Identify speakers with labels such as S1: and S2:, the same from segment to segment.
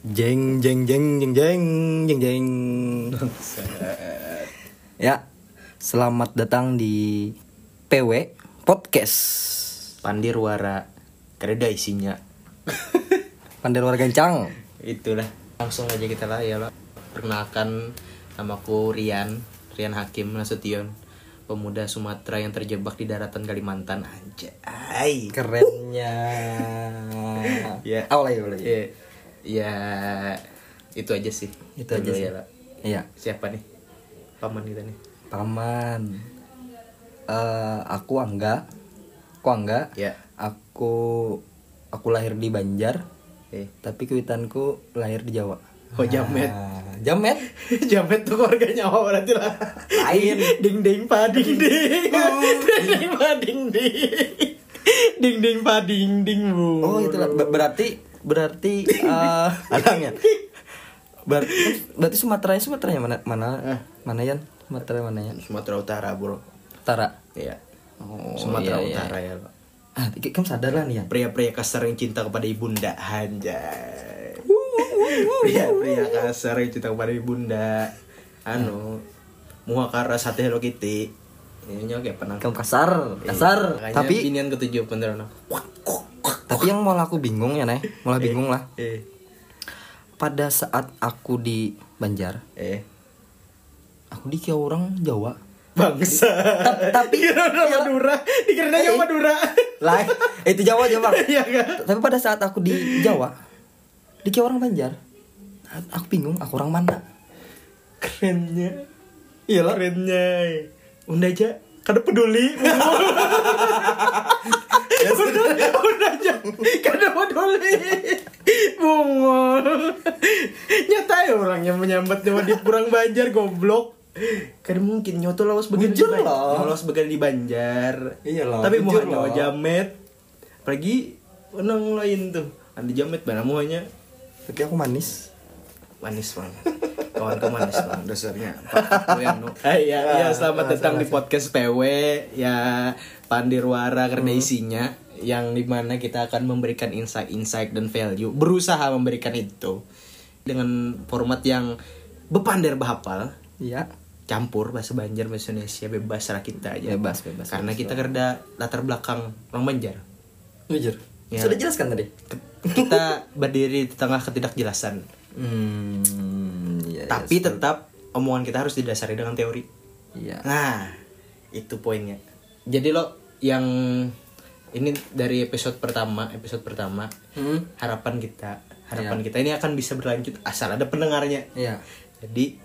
S1: Jeng jeng jeng jeng jeng jeng jeng. ya, selamat datang di PW Podcast.
S2: pandir wara kereda isinya
S1: Pandai luar gencang.
S2: itulah langsung aja kita lah ya lah perkenalkan namaku Rian Rian Hakim Nasution pemuda Sumatera yang terjebak di daratan Kalimantan aja
S1: Kerennya.
S2: Ya.
S1: Awal aja, awal aja.
S2: ya, ya itu aja sih
S1: Itu aja
S2: Dulu
S1: sih.
S2: ya lah
S1: Iya,
S2: siapa nih paman kita nih
S1: paman. Eh, aku Angga. Aku Angga.
S2: ya
S1: Aku aku lahir di Banjar,
S2: eh
S1: tapi kuitanku lahir di Jawa.
S2: oh jamet
S1: Ah, jamet?
S2: jamet tuh keluarganya nyawa berarti lah
S1: Lain.
S2: ding ding pading ding ding ding pading ding ding ding pading ding bu
S1: Oh itu lah. Ber- berarti berarti eh alangnya. Ber- berarti Sumatera Sumatera mana mana mana Yan? Sumatera mana ya?
S2: Sumatera Utara bro
S1: Utara.
S2: Iya
S1: Oh,
S2: Sumatera
S1: iya, iya.
S2: Utara ya Pak.
S1: Ah, ki- kamu sadar lah nih ya.
S2: pria-pria kasar yang cinta kepada ibunda anjay pria-pria kasar yang cinta kepada ibunda anu
S1: Iya.
S2: muka karas hati Hello Kitty ini oke pernah Iya,
S1: Kamu kasar, kasar.
S2: Makanya
S1: tapi
S2: binian ketujuh beneran
S1: Iya, tapi yang malah aku bingung ya, Nay. Malah bingung lah.
S2: eh
S1: Pada saat aku di Banjar,
S2: eh
S1: aku dikira orang Jawa.
S2: bangsa
S1: Ta- tapi ya- Eh.
S2: Dikira Madura dikira yang Madura
S1: lah eh, itu Jawa aja, Bang.
S2: Iya kan?
S1: Tapi pada saat aku di Jawa, dikira orang Banjar. Aku bingung, aku orang mana?
S2: kerennya
S1: Iya lah.
S2: kerennya unda aja kada peduli
S1: Ya
S2: unda unda aja kada peduli bungol nyata ya orang yang menyambat nyawa di kurang banjar goblok kada mungkin nyoto lawas bagian
S1: Bujur
S2: di Ban-
S1: lah.
S2: nyawa lawas bagian di banjar
S1: Iya lah,
S2: tapi mau
S1: bujur
S2: nyawa
S1: lah.
S2: jamet pergi nang lain tuh anda jamet mana muanya
S1: Tapi aku manis.
S2: manis bang kawan kawan manis bang dasarnya iya
S1: Ah,
S2: iya selamat datang di podcast PW ya Pandirwara karena
S1: Hmm.
S2: isinya yang dimana kita akan memberikan insight-insight dan value berusaha memberikan itu dengan format yang bepander bahapal
S1: Iya.
S2: campur bahasa Banjar bahasa Indonesia bebas lah kita aja
S1: Bebas, bebas,
S2: karena kita kerda latar belakang orang Banjar
S1: Jujur.
S2: Iya.
S1: Sudah jelaskan tadi.
S2: kita berdiri di tengah ketidakjelasan
S1: Hmm, iya.
S2: tapi tetap omongan kita harus didasari dengan teori
S1: Iya.
S2: nah itu poinnya jadi lo yang ini dari episode pertama episode pertama
S1: Hmm.
S2: harapan kita
S1: Ya.
S2: harapan kita ini akan bisa berlanjut asal ada pendengarnya
S1: Iya.
S2: jadi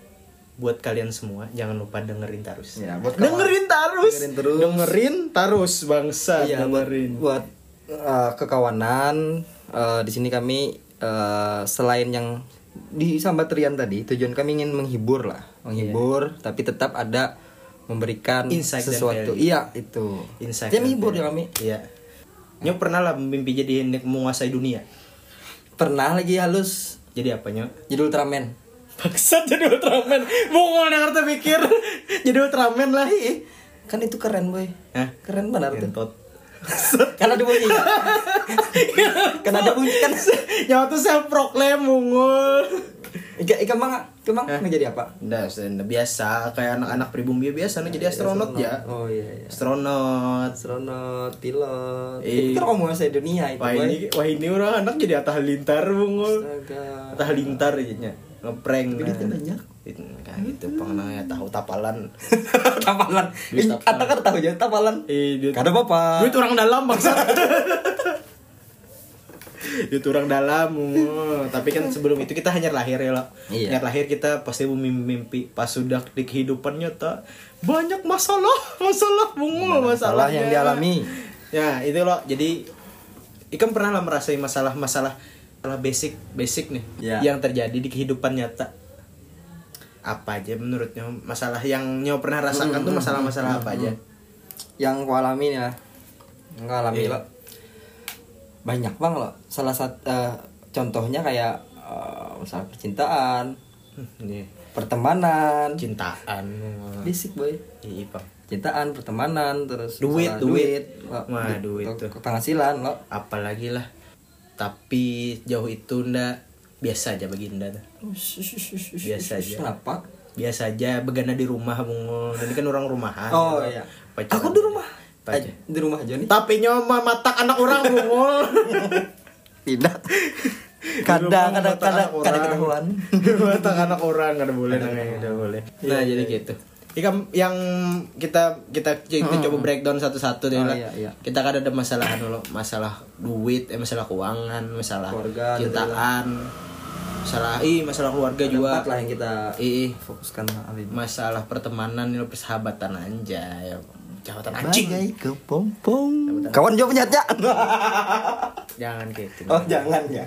S2: buat kalian semua jangan lupa dengerin terus
S1: Iya, buat kawan-
S2: dengerin terus
S1: dengerin terus.
S2: dengerin terus bangsa
S1: Iya, buat, buat eh, kekawanan eh, di sini kami eh, selain yang di sambat Rian tadi, tujuan kami ingin menghibur lah, menghibur tapi tetap ada memberikan
S2: Iya. Insight dan
S1: sesuatu.
S2: value.
S1: Iya, itu.
S2: Insight
S1: Dia
S2: dan
S1: menghibur ya
S2: value.
S1: kami.
S2: iya Nyo pernah lah mimpi jadi nek- menguasai dunia
S1: Pernah lagi halus
S2: jadi apanya
S1: jadi Ultraman.
S2: Bangsat jadi Ultraman Bungol yang harta pikir Jadi Ultraman lah
S1: Ih,
S2: iya.
S1: kan itu keren, boy.
S2: Hah?
S1: Keren benar tuh.
S2: Entot Iya.
S1: Kan ada bunyi. kan ada bunyi kan.
S2: Nyawa tuh self proclaim Bungol
S1: Ika ika mang, ika mang
S2: Eh?
S1: mau jadi apa?
S2: Nggak, biasa Kayak anak-anak pribumi biasa nah, Jadi astronot ya
S1: Oh iya iya.
S2: Astronot
S1: Astronot, pilot.
S2: Eh.
S1: Itu kan ngomong saya dunia itu,
S2: Wah
S1: boy.
S2: ini, wah ini orang anak jadi atah lintar Bungol
S1: Astaga.
S2: Atah lintar jadinya Ngeprank
S1: Duitnya banyak.
S2: Itu- Nah gitu pengenang ya tahu tapalan
S1: tapalan.
S2: Duit
S1: Ih,
S2: tapalan.
S1: Kata kan tahu aja tapalan.
S2: Eh duit
S1: Kada apa-apa.
S2: Duit orang dalam bangsa. Duit orang dalam. oh. Tapi kan sebelum itu kita hanya lahir ya loh.
S1: Iya.
S2: Hanya lahir kita pasti mimpi-mimpi. Pas sudah di kehidupan nyata banyak masalah, masalah bungo,
S1: Masalah
S2: masalah
S1: yang dialami.
S2: Ya itu loh. Jadi ikan pernah lah merasai masalah-masalah masalah basic basic nih
S1: Iya.
S2: yang terjadi di kehidupan nyata apa aja menurutnya masalah yang nyo pernah rasakan tuh masalah-masalah apa aja
S1: Yang ku alami nih lah. Yang ku alami
S2: Iya.
S1: lo. Banyak bang lo. Salah satu eh, contohnya kayak eh, masalah percintaan,
S2: Nih.
S1: pertemanan,
S2: cintaan eh,
S1: basic boy.
S2: iya Bang.
S1: cintaan pertemanan terus
S2: Duit,
S1: masalah
S2: duit.
S1: Lo,
S2: Wah, duit
S1: lo-
S2: tuh.
S1: penghasilan lo
S2: apalagi lah tapi jauh itu ndak biasa aja baginda tuh. Biasa aja.
S1: Kenapa?
S2: biasa aja begana di rumah bungo ini kan orang rumahan
S1: Oh, iya.
S2: Pacaran.
S1: Aku di rumah.
S2: Pacar.
S1: Aj- Eh, Di rumah aja nih.
S2: tapi nyoma matak anak orang bungo
S1: Tidak. Kadang
S2: Di
S1: kadang
S2: rumah mata
S1: kadang
S2: anak
S1: kadang
S2: orang.
S1: ketahuan.
S2: matak anak orang nggak ada boleh namanya nggak boleh nah jadi gitu Ikam yang kita kita kita coba breakdown satu-satu deh
S1: Oh,
S2: lah.
S1: iya, iya.
S2: Kita kan ada masalah anu lo, masalah duit, eh, masalah keuangan, masalah
S1: Keluarga,
S2: cintaan, masalah ih masalah keluarga juga.
S1: Empat lah yang kita
S2: Ih,
S1: fokuskan hal ini.
S2: masalah pertemanan lo persahabatan aja ya persahabatan anjing
S1: Bagai kepompong. Kawan jawab nyatnya.
S2: jangan gitu
S1: oh jangan ya.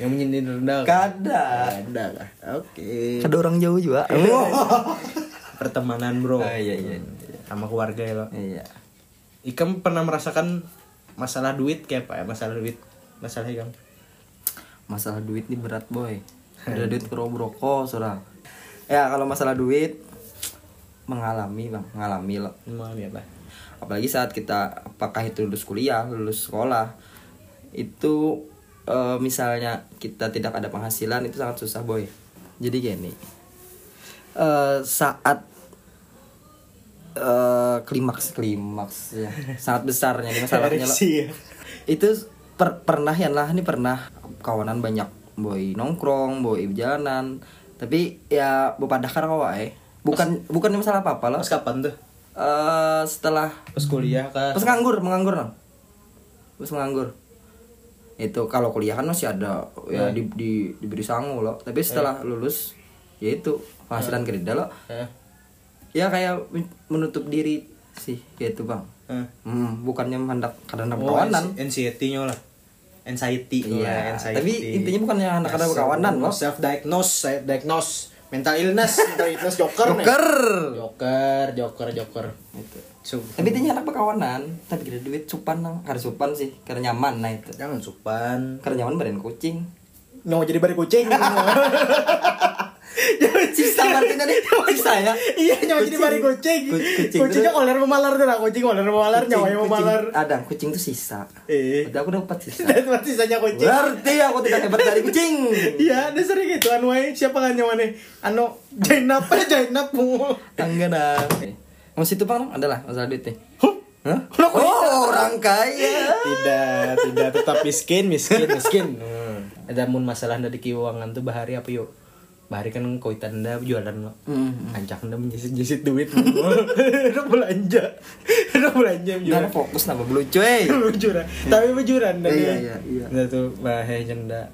S2: yang menyindir rendah
S1: Kadang. Iya.
S2: ada lah oke
S1: Ada orang jauh juga.
S2: pertemanan bro Hmm.
S1: Ah, iya, iya,
S2: sama keluarga ya lo
S1: Iya.
S2: ikam pernah merasakan masalah duit kayak apa ya masalah duit masalah ikam
S1: masalah duit nih berat boy ada duit kerobroko surah ya kalau masalah duit mengalami bang mengalami loh
S2: mengalami apa
S1: apalagi saat kita apakah itu lulus kuliah lulus sekolah itu eh, misalnya kita tidak ada penghasilan itu sangat susah boy jadi gini eh, saat eh, klimaks klimaks ya sangat besarnya nih masalahnya Lo.
S2: Ereksi ya.
S1: itu per- pernah ya lah ini pernah kawanan banyak boy nongkrong boy jalanan tapi ya bepadahkan wae bukan bukan masalah apa apa lah
S2: pas kapan tuh
S1: Eh, setelah
S2: pas kuliah kan
S1: Terus nganggur, menganggur Nang. Terus menganggur. Itu kalau kuliah kan masih ada ya di, di- diberi sangu loh. Tapi setelah lulus ya itu penghasilan kerja loh.
S2: Hah?
S1: Ya kayak men- menutup diri sih gitu, Bang.
S2: Hah?
S1: Hmm, bukannya hendak karena
S2: Oh,
S1: berkawanan.
S2: anxiety nya lah anxiety
S1: Iya,
S2: lah, anxiety.
S1: tapi intinya bukannya anak ada berkawanan, loh.
S2: self diagnose self diagnose mental illness mental illness joker nih.
S1: Joker.
S2: joker joker joker
S1: Gitu.
S2: Sup.
S1: Tapi intinya anak berkawanan, tapi kira duit supan nang, karena supan sih, karena nyaman nah itu.
S2: jangan supan
S1: Karena nyaman badan kucing.
S2: nyawa jadi bari kucing
S1: Sisa Martina nih, sisa ya.
S2: iya nyawa jadi bari kucing
S1: Ku- kucing
S2: kucingnya
S1: terus-
S2: koler memalar tuh lah kucing koler memalar
S1: Kucing-
S2: nyawanya memalar
S1: kucing- Ada kucing tuh sisa.
S2: Eh.
S1: Udah aku dapat sisa.
S2: dan masih saja kucing
S1: Berarti aku tidak hebat dari kucing.
S2: iya ada sering gitu anu aja siapa kan nyawane anu jainap apa jainap bungo
S1: Tangga dah. Mau situ pang adalah masalah duit nih.
S2: Huh?
S1: Hah? Oh, orang kaya.
S2: tidak tidak tetap miskin miskin miskin hmm. ada mun masalah dari keuangan tuh bahari apa yuk bahari kan kau tanda jualan lo
S1: Hmm.
S2: ancak anda menjisit jisit duit udah belanja udah belanja
S1: Dan
S2: menjual
S1: fokus nama bulu cuy.
S2: bujuran tapi bujuran dan
S1: Iya,
S2: ya.
S1: iya, iya.
S2: Nah, tuh bahaya janda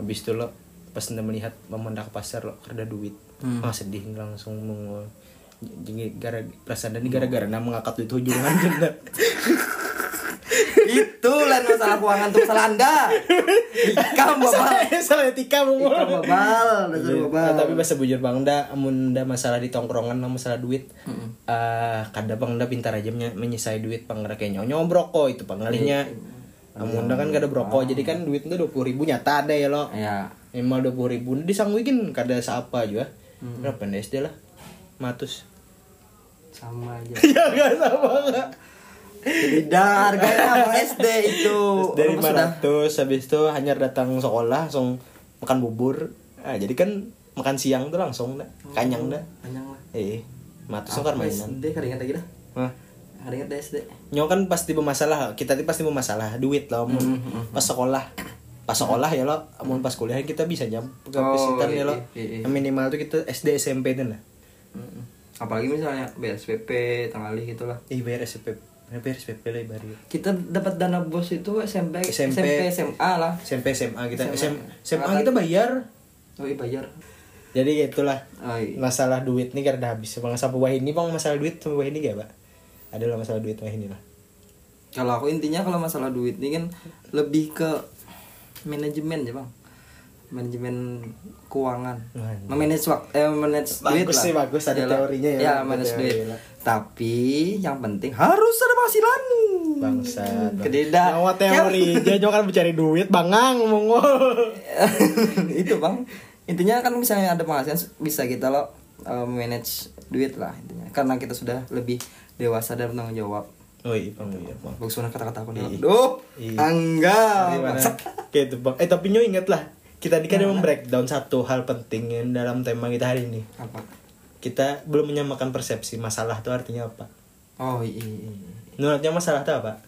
S2: habis itu lo pas anda melihat memendak pasar lo kerja duit
S1: Hmm.
S2: Wah, sedih langsung mengol jadi gara perasaan
S1: Hmm.
S2: ini gara-gara nah mengangkat duit hujungan janda
S1: Itu lain masalah keuangan tuh masalah anda. Ikam babal.
S2: salah salah etika
S1: Ikam
S2: mengol
S1: babal.
S2: Iya.
S1: Dasar babal.
S2: tapi bahasa bujur bang da amun da masalah di tongkrongan lah, masalah duit
S1: Hmm.
S2: eh kada bang da pintar aja menye- menyisai duit panggara kayak nyonya broko itu pangalinya
S1: Iya,
S2: amun da kan
S1: Hmm.
S2: kada broko jadi kan duitnya dua puluh ribu nyata ada ya lo
S1: Ya.
S2: minimal dua puluh ribu disangguikin kada saapa juga berapa nih SD lah matus
S1: Sama aja.
S2: ya gak sama gak
S1: Tidak harganya Bang SD itu.
S2: dari
S1: Oh, Orang sudah-
S2: mana tuh habis itu hanya datang sekolah langsung makan bubur ah jadi kan makan siang tuh langsung dah
S1: Oh.
S2: kanyang dah
S1: Panjang lah.
S2: eh matus kan mainan
S1: SD keringat lagi dah.
S2: Hah?
S1: Keringat dah SD.
S2: Nyo kan pasti bermasalah, kita tuh pasti bermasalah duit lah, mun
S1: Mm-hmm,
S2: pas sekolah. Pas sekolah ya lo, mun pas kuliah kita bisa nyam ke
S1: Oh,
S2: pesitan ya lo.
S1: iya, iya, iya.
S2: Minimal tuh kita SD SMP itu lah.
S1: Mm-mm. Apalagi misalnya BSPP, tangali gitulah.
S2: Ih Eh, bayar SPP, bayar SPP lah bari.
S1: Kita dapat dana bos itu SMP,
S2: SMP.
S1: SMP, SMA lah.
S2: SMP SMA
S1: SMA.
S2: kita SM, SMA kita bayar.
S1: Oh iya bayar.
S2: Jadi gitulah.
S1: Oh, iya.
S2: Masalah duit nih karena habis. Bang sampai wah ini bang masalah duit sampai wah ini gak, Pak? Adalah masalah duit wah ini lah.
S1: Kalau aku intinya kalau masalah duit ini kan lebih ke manajemen ya bang. Manajemen keuangan.
S2: Mantap.
S1: Memanage waktu, eh, memanage duit
S2: Bagus
S1: lah.
S2: sih, bagus. Ada
S1: Iyalah.
S2: teorinya ya,
S1: Ya,
S2: ada
S1: manage
S2: teori
S1: duit.
S2: lah.
S1: Tapi yang penting harus ada penghasilan.
S2: Bangsat. bang.
S1: Kededa.
S2: Nyawa teori, dia nyawa kan mencari duit, bangang mongol.
S1: itu bang intinya kan misalnya ada penghasilan bisa kita lo uh, manage duit lah intinya karena kita sudah lebih dewasa dan bertanggung jawab
S2: Oh iya, bang, iya, bang.
S1: bagus banget kata-kata aku nih
S2: Iya.
S1: duh
S2: Iya.
S1: angga
S2: Gimana? Kayak itu bang. Eh tapi nyo inget lah. kita ini kan yang breakdown satu hal penting yang dalam tema kita hari ini.
S1: Apa?
S2: Kita belum menyamakan persepsi masalah itu artinya apa.
S1: Oh iya, iya. iya.
S2: Menurutnya masalah itu apa?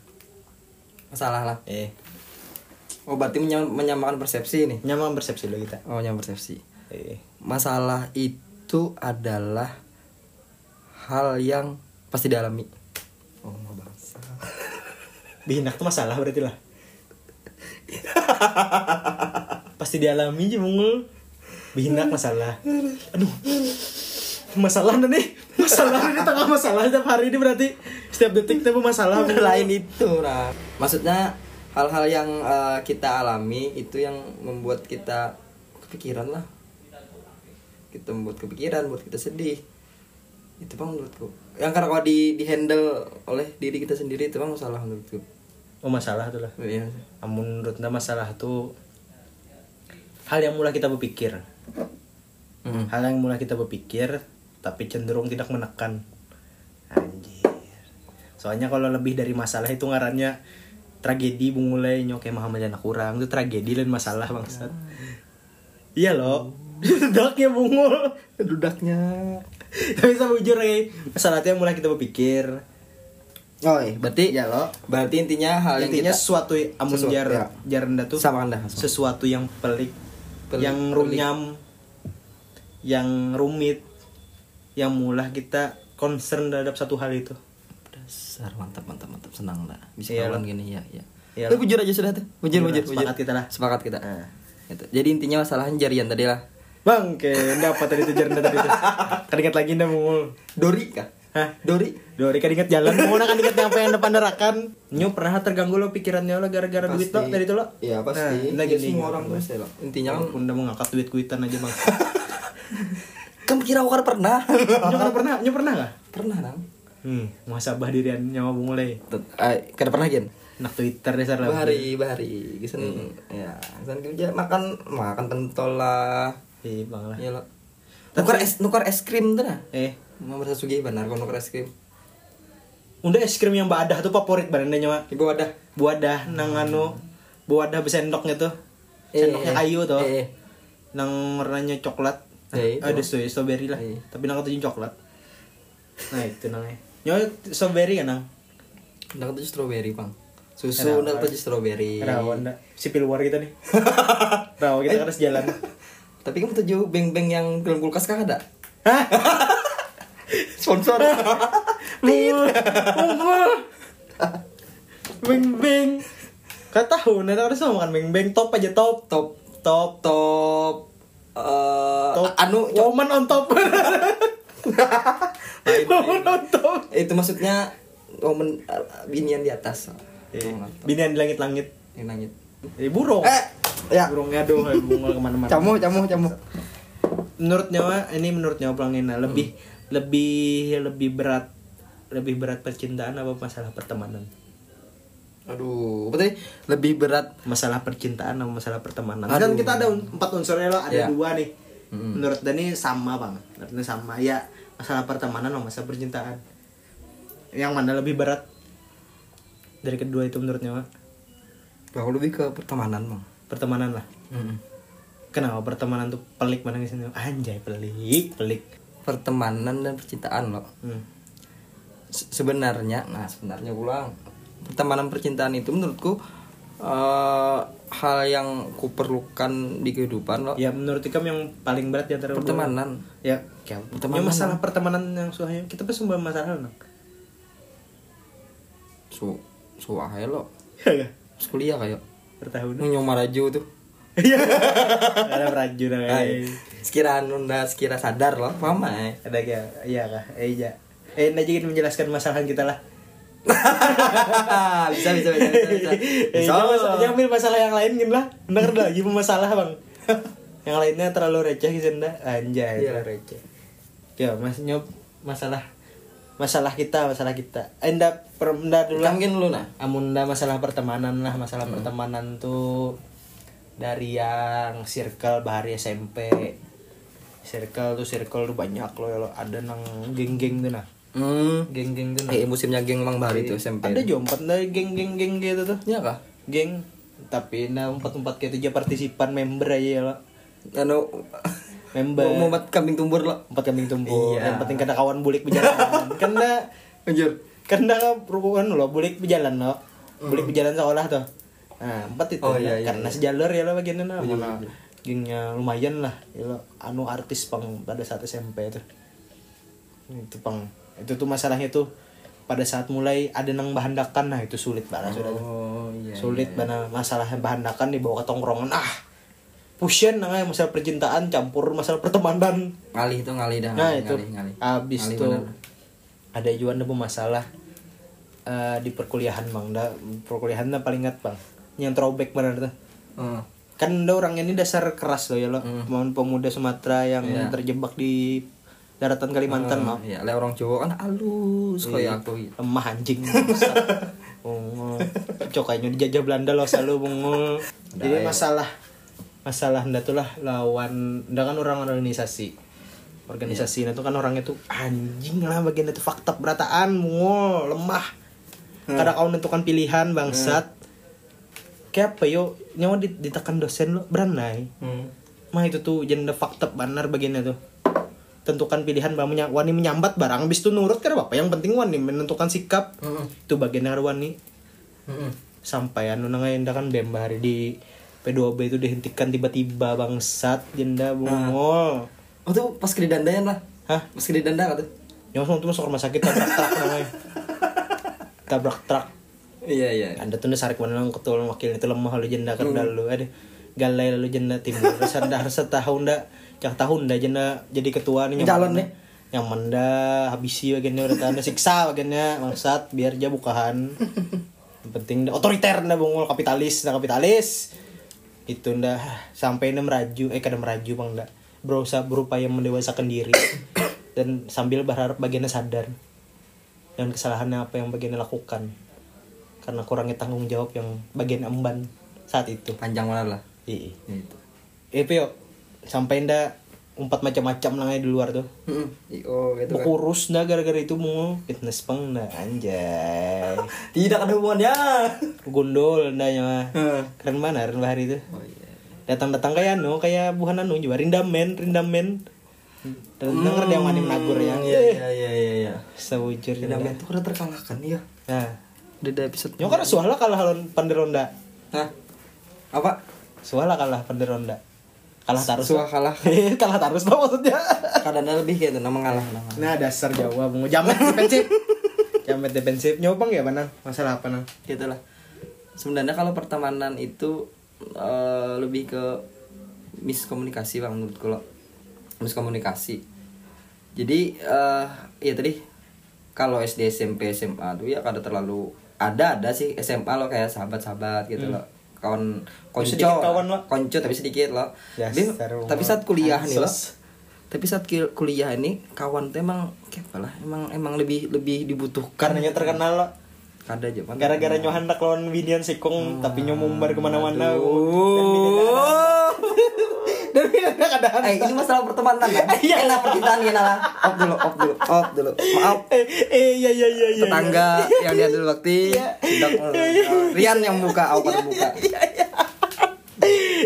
S1: Masalah lah.
S2: Eh,
S1: Oh berarti menyam- menyamakan persepsi ini.
S2: nyaman persepsi lo kita.
S1: Oh nyamakan persepsi.
S2: Eh,
S1: Masalah itu adalah hal yang pasti dialami. Oh nggak bangsa.
S2: bihinak tuh masalah berarti lah. Pasti dialami aja mungul. Bihinak masalah. Aduh. Masalah nih. Masalah ini tengah masalah setiap hari ini berarti setiap detik kita masalah
S1: Lain itu nah. Maksudnya hal-hal yang eh, kita alami itu yang membuat kita kepikiran lah. Kita membuat kepikiran, buat kita sedih. Itu bang menurutku. Yang karena kalau di, di handle oleh diri kita sendiri itu bang masalah menurutku.
S2: Oh masalah tuh lah.
S1: Iya.
S2: Namun menurut Anda masalah itu hal yang mulai kita berpikir,
S1: Mm.
S2: hal yang mulai kita berpikir tapi cenderung tidak menekan. Anjir. Soalnya kalau lebih dari masalah itu ngarannya tragedi mulai nyoke Muhammad anak kurang itu tragedi dan masalah bangsat. Iya loh. Dudaknya bungul.
S1: Dudaknya.
S2: Tapi sama jujur ya, masalah itu yang mulai kita berpikir.
S1: Oh, iya. berarti
S2: Ya lo.
S1: Berarti intinya hal yang
S2: Intinya
S1: kita-
S2: sesuatu amun
S1: sesuatu,
S2: jar
S1: ya.
S2: jar rendah tuh
S1: Sama rendah, sama.
S2: sesuatu yang pelik,
S1: Pelik,
S2: yang
S1: pelik.
S2: runyam, yang rumit, yang mulah kita concern terhadap satu hal itu.
S1: dasar mantap mantap mantap senang lah bisa
S2: Iya,
S1: kawan gini ya ya.
S2: Iya,
S1: Tapi jujur aja sudah tuh. Jujur jujur
S2: Jujur lah, sepakat
S1: jujur.
S2: kita lah.
S1: Sepakat kita.
S2: Nah.
S1: Gitu. Jadi intinya masalahnya jarian tadi lah.
S2: Bang, ke apa tadi itu jar rendah tadi itu. Keringat lagi ndak mungul.
S1: Dori kah?
S2: Hah?
S1: Dori.
S2: Dori kan ingat jalan, mau kan ingat nyampe yang depan derakan. Nyu pernah terganggu lo pikirannya lo gara-gara duit lo dari itu lo?
S1: Iya pasti.
S2: Nah, nah
S1: Ya,
S2: gini.
S1: semua orang tuh saya lah. Intinya kan
S2: Walaupun Ya udah mau ngangkat duit kuitan aja bang.
S1: kamu kan kira wakar pernah?
S2: Nyu pernah, nyu pernah nggak?
S1: pernah nang.
S2: Hmm, muhasabah dirian nyawa mulai.
S1: Tet- eh, kada pernah gen.
S2: Nak Twitter deh sarlah.
S1: Bahari bahari. Gisen ya. Gisen kerja makan makan pentol lah.
S2: Iya, bang lah.
S1: Iya lah. Nukar es nukar es krim tuh nah.
S2: Eh,
S1: Nomor Sasugi benar kalau nukar es krim.
S2: udah es krim yang Mbak Adah tuh favorit barangnya nyawa.
S1: Ibu wadah.
S2: Buadah nang anu, buadah besendoknya tuh.
S1: Eh,
S2: Sendoknya kayu tuh.
S1: eh, eh.
S2: Nang warnanya coklat.
S1: Eh, itu.
S2: ada strawberry, strawberry lah.
S1: Eh.
S2: Tapi nang ketujuh coklat. Nah, itu nangnya. Nyawa strawberry kan nang.
S1: Ndak ketujuh strawberry, Bang.
S2: Kenapa?
S1: Susu ndak ketujuh strawberry.
S2: Rawan dah. Sipil war kita nih. Rawan kita harus jalan.
S1: Tapi kamu tujuh beng-beng yang dalam kulkas kah ada?
S2: Hah?
S1: Sponsor.
S2: Mul. Mul. Beng beng. Kau tahu nanti harus mau makan beng beng kan? top aja top
S1: top
S2: top
S1: top eh
S2: top.
S1: anu co-
S2: woman on top. woman on top.
S1: itu maksudnya momen eh, binian di atas. Tolong, tolong.
S2: Eh, Binian di langit langit.
S1: Ini nangit.
S2: Eh burung.
S1: Eh, ya.
S2: Burungnya doh bunga kemana mana.
S1: Camu, camu, camu.
S2: Menurut nyawa ini menurut nyawa pelangina lebih lebih lebih berat lebih berat percintaan apa masalah pertemanan?
S1: Aduh, apa tadi? Lebih berat
S2: masalah percintaan sama masalah pertemanan Ya. Hmm.
S1: Aduh.
S2: kan kita ada un- empat unsurnya loh ada
S1: Iya.
S2: dua nih
S1: Mm-mm.
S2: menurut Dani sama bang menurut Dani sama ya masalah pertemanan sama masalah percintaan yang mana lebih berat dari kedua itu menurutnya Pak?
S1: Kalau lebih ke pertemanan, Bang.
S2: pertemanan lah kenapa pertemanan tuh pelik mana di sini anjay pelik pelik
S1: Pertemanan dan percintaan loh.
S2: hmm.
S1: Se- sebenarnya nah sebenarnya pulang pertemanan percintaan itu menurutku eh, hal yang kuperlukan di kehidupan loh
S2: ya menurut Ikam yang paling berat di antara dua.
S1: pertemanan
S2: ya kayak
S1: Pertemanan.
S2: ya, masalah pertemanan yang suahnya kita pun sumber masalah nang
S1: su su aja lo iya.
S2: ya
S1: kuliah kayak
S2: bertahun
S1: nyomar aja tuh
S2: Iya. Ada rajin
S1: Ay, sekira nunda sekira sadar loh mama eh
S2: Ada ya, iya kah? Eh iya. Eh Najib ingin menjelaskan masalah kita lah.
S1: bisa bisa bisa bisa bisa, Bisa,
S2: Eh, jangan
S1: loh.
S2: mas- jangan ambil masalah yang lain gin lah. Bener dah, ibu masalah bang. yang lainnya terlalu receh sih nda. Anjay,
S1: Iya.
S2: terlalu receh. Ya, Mas Nyop, masalah masalah kita, masalah kita. Eh, nda, per, nda dulu
S1: Nggak
S2: lah. Hmm.
S1: mungkin lu nah
S2: Amun dah Ah, masalah pertemanan lah, masalah pertemanan tuh dari yang circle bahari SMP. Circle tuh circle tuh banyak loh, ya lo. ada nang geng-geng tuh nah.
S1: hmm
S2: Geng-geng tuh nah.
S1: eh musimnya geng mang bahari itu SMP
S2: Ada jompat dari geng-geng geng gitu tuh.
S1: ya kah
S2: Geng tapi nah empat empat kayak tiga partisipan member aja ya lo
S1: anu
S2: member
S1: mau mumet kambing tumbur lo
S2: empat kambing tumbuh
S1: Iya.
S2: yang penting kena kawan bulik berjalan karena
S1: anjir
S2: karena rukungan lo bulik berjalan lo bulik berjalan seolah tuh nah empat itu
S1: Oh,
S2: nah.
S1: iya, iya,
S2: karena
S1: iya.
S2: sejalur ya lo bagiannya nah mana gengnya lumayan lah ya lo anu artis pang pada saat SMP itu itu pang itu tuh masalahnya tuh pada saat mulai ada nang bahan dakan nah itu sulit banget sudah tuh.
S1: oh iya
S2: sulit mana masalahnya bahan dakan dibawa ke tongkrongan ah pushen nah masalah percintaan campur masalah pertemanan
S1: ngalih itu Ah. ngalih dah
S2: Nah
S1: ngalih,
S2: itu
S1: ngalih, ngalih.
S2: habis
S1: Ngalih
S2: tuh
S1: bener.
S2: ada juga ada masalah eh, di perkuliahan bang, da, perkuliahan dah paling ingat bang, yang throwback benar tuh.
S1: Heeh.
S2: Kan da orang ini dasar keras loh ya lo, Pemain pemuda Sumatera yang
S1: Mm. Iya.
S2: terjebak di daratan Kalimantan mah
S1: Iya, le orang Jawa kan halus kayak aku gitu.
S2: lemah anjing. bangsat. Bungo. Cok kayaknya dijajah Belanda loh selalu bungo. Jadi masalah masalah nda tuh lah lawan nda kan orang organisasi. Organisasi nda tuh kan orangnya tuh anjing lah bagian itu fakta berataan bungo lemah. Kadang kau menentukan kan pilihan bangsat. Kayak apa yo nyawa dit- ditekan dosen lo beranai.
S1: Hmm.
S2: Mah itu tuh janda fakta benar bagiannya tuh tentukan pilihan bamunya wani menyambat barang bis itu nurut kan apa yang penting wani menentukan sikap
S1: Hmm,
S2: itu bagian dari wani sampai anu nangaenda kan dembar di P2B itu dihentikan tiba-tiba bangsat jenda bungol
S1: Oh tuh pas ke dandayan lah.
S2: hah
S1: Pas ke didanda kata.
S2: nyawa tuh masuk rumah sakit tabrak truk namanya tabrak truk Ya,
S1: Iya iya.
S2: anda tuh nasarik mana nang ketua wakilnya itu lemah lalu jenda kan lalu ada galai lalu jenda timur harus ada harus tahun dah cak tahun dah jenda jadi ketua nih
S1: Calon
S2: nih yang menda habisi bagiannya udah tanda siksa bagiannya maksat biar aja bukahan yang penting dah otoriter dah bungul kapitalis dah kapitalis itu nda sampai nda meraju eh kadang meraju bang nda berusaha berupaya mendewasakan diri dan sambil berharap bagiannya sadar dan kesalahannya apa yang bagiannya lakukan karena kurangnya tanggung jawab yang bagian emban saat itu
S1: Panjang mana lah.
S2: iya
S1: Gitu.
S2: itu yuk sampai nda umpat macam-macam lah di luar tuh
S1: Heeh. Oh gitu kan.
S2: kurus nda gara-gara itu mau fitness pang nda anjay
S1: Tidak ada hubungannya.
S2: gondol nda nyawa
S1: Heeh.
S2: keren mana keren bahari itu
S1: Oh iya.
S2: datang-datang kayak anu kayak buhan anu juga rindamen rindamen dan denger dia mani menagur
S1: Iya
S2: ya
S1: iya iya iya. iya.
S2: sewujur
S1: Dendam itu udah terkalahkan ya.
S2: nah
S1: Di episode.
S2: nyokar suah lah kalah lawan panderonda
S1: Hah? Apa?
S2: suah lah kalah panderonda kalah tarus
S1: Suah kalah.
S2: Eh, kalah tarus lah maksudnya
S1: Kadangnya lebih kayak itu nama ngalah nama.
S2: nah dasar jawa bungo jamet defensif jamet defensif nyobang ya mana masalah apa nang
S1: gitu lah sebenarnya kalau pertemanan itu eh, lebih ke miskomunikasi bang menurut kalau miskomunikasi jadi eh ya tadi kalau SD SMP SMA tuh ya kada terlalu ada ada sih SMA lo kayak sahabat-sahabat gitu loh kawan konco
S2: Hmm. sedikit kawan lo.
S1: konco tapi sedikit lo
S2: Dasar
S1: tapi,
S2: rumah.
S1: tapi saat kuliah nih lo
S2: Ansos.
S1: tapi saat kil- kuliah ini kawan tuh emang kayak apa lah emang emang lebih lebih dibutuhkan
S2: karenanya terkenal lo
S1: kada aja Bang.
S2: gara-gara nyohan nak lawan Vinian Sikung tapi nyomumbar kemana-mana
S1: Oh.
S2: dan Vinian ada
S1: Eh, ini masalah pertemanan kan? Iya, lah percintaan ya lah. Op dulu, op dulu, op dulu. Maaf
S2: eh eh iya iya iya iya
S1: tetangga yang dia dulu waktu sedang eh, Rian yang buka, aku pada buka.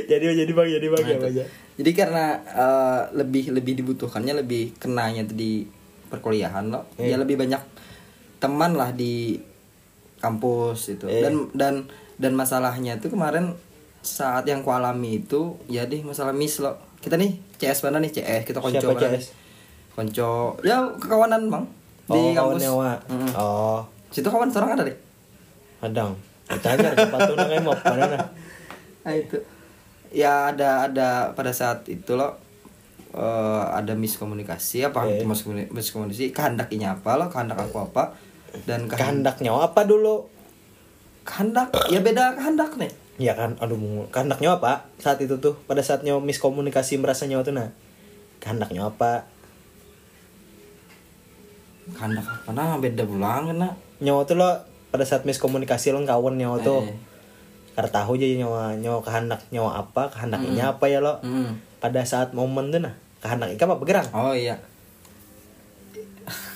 S2: jadi jadi bang jadi bang ya bang ya.
S1: Jadi karena eh, lebih lebih dibutuhkannya lebih kenanya tuh di perkuliahan loh.
S2: Iya.
S1: Ya lebih banyak teman lah di kampus itu.
S2: Eh.
S1: Dan dan dan masalahnya tuh kemarin saat yang kualami itu ya deh masalah miss loh. Kita nih CS mana nih CS kita konco
S2: Siapa
S1: mana nih?
S2: CS?
S1: Konco ya kekawanan bang di
S2: oh, kawan
S1: kampus.
S2: nyawa
S1: Mm-mm.
S2: oh
S1: Situ kawan seorang ada deh.
S2: adang ditanya sepatu nang emok mana nah
S1: Nah, itu ya ada ada pada saat itu loh eh, ada miskomunikasi apa
S2: Eh.
S1: miskomunikasi, miskomunikasi kehendaknya apa lo kehendak aku apa dan
S2: Kan.
S1: kehendak
S2: kehendak nyawa apa dulu
S1: kehendak ya beda kehendak nih
S2: ya kan aduh mungu. kehendak nyawa apa saat itu tuh pada saat nyawa miskomunikasi merasa nyawa tuh nah kehendak nyawa apa
S1: kehendak apa nah beda pulang kena
S2: nyawa tuh lo pada saat miskomunikasi lo kawan nyawa tuh
S1: Eh.
S2: karena tahu aja nyawa nyawa kehendak nyawa apa kehendaknya apa ya lo
S1: Mm.
S2: pada saat momen tuh nah kehendak ikan apa bergerak
S1: oh iya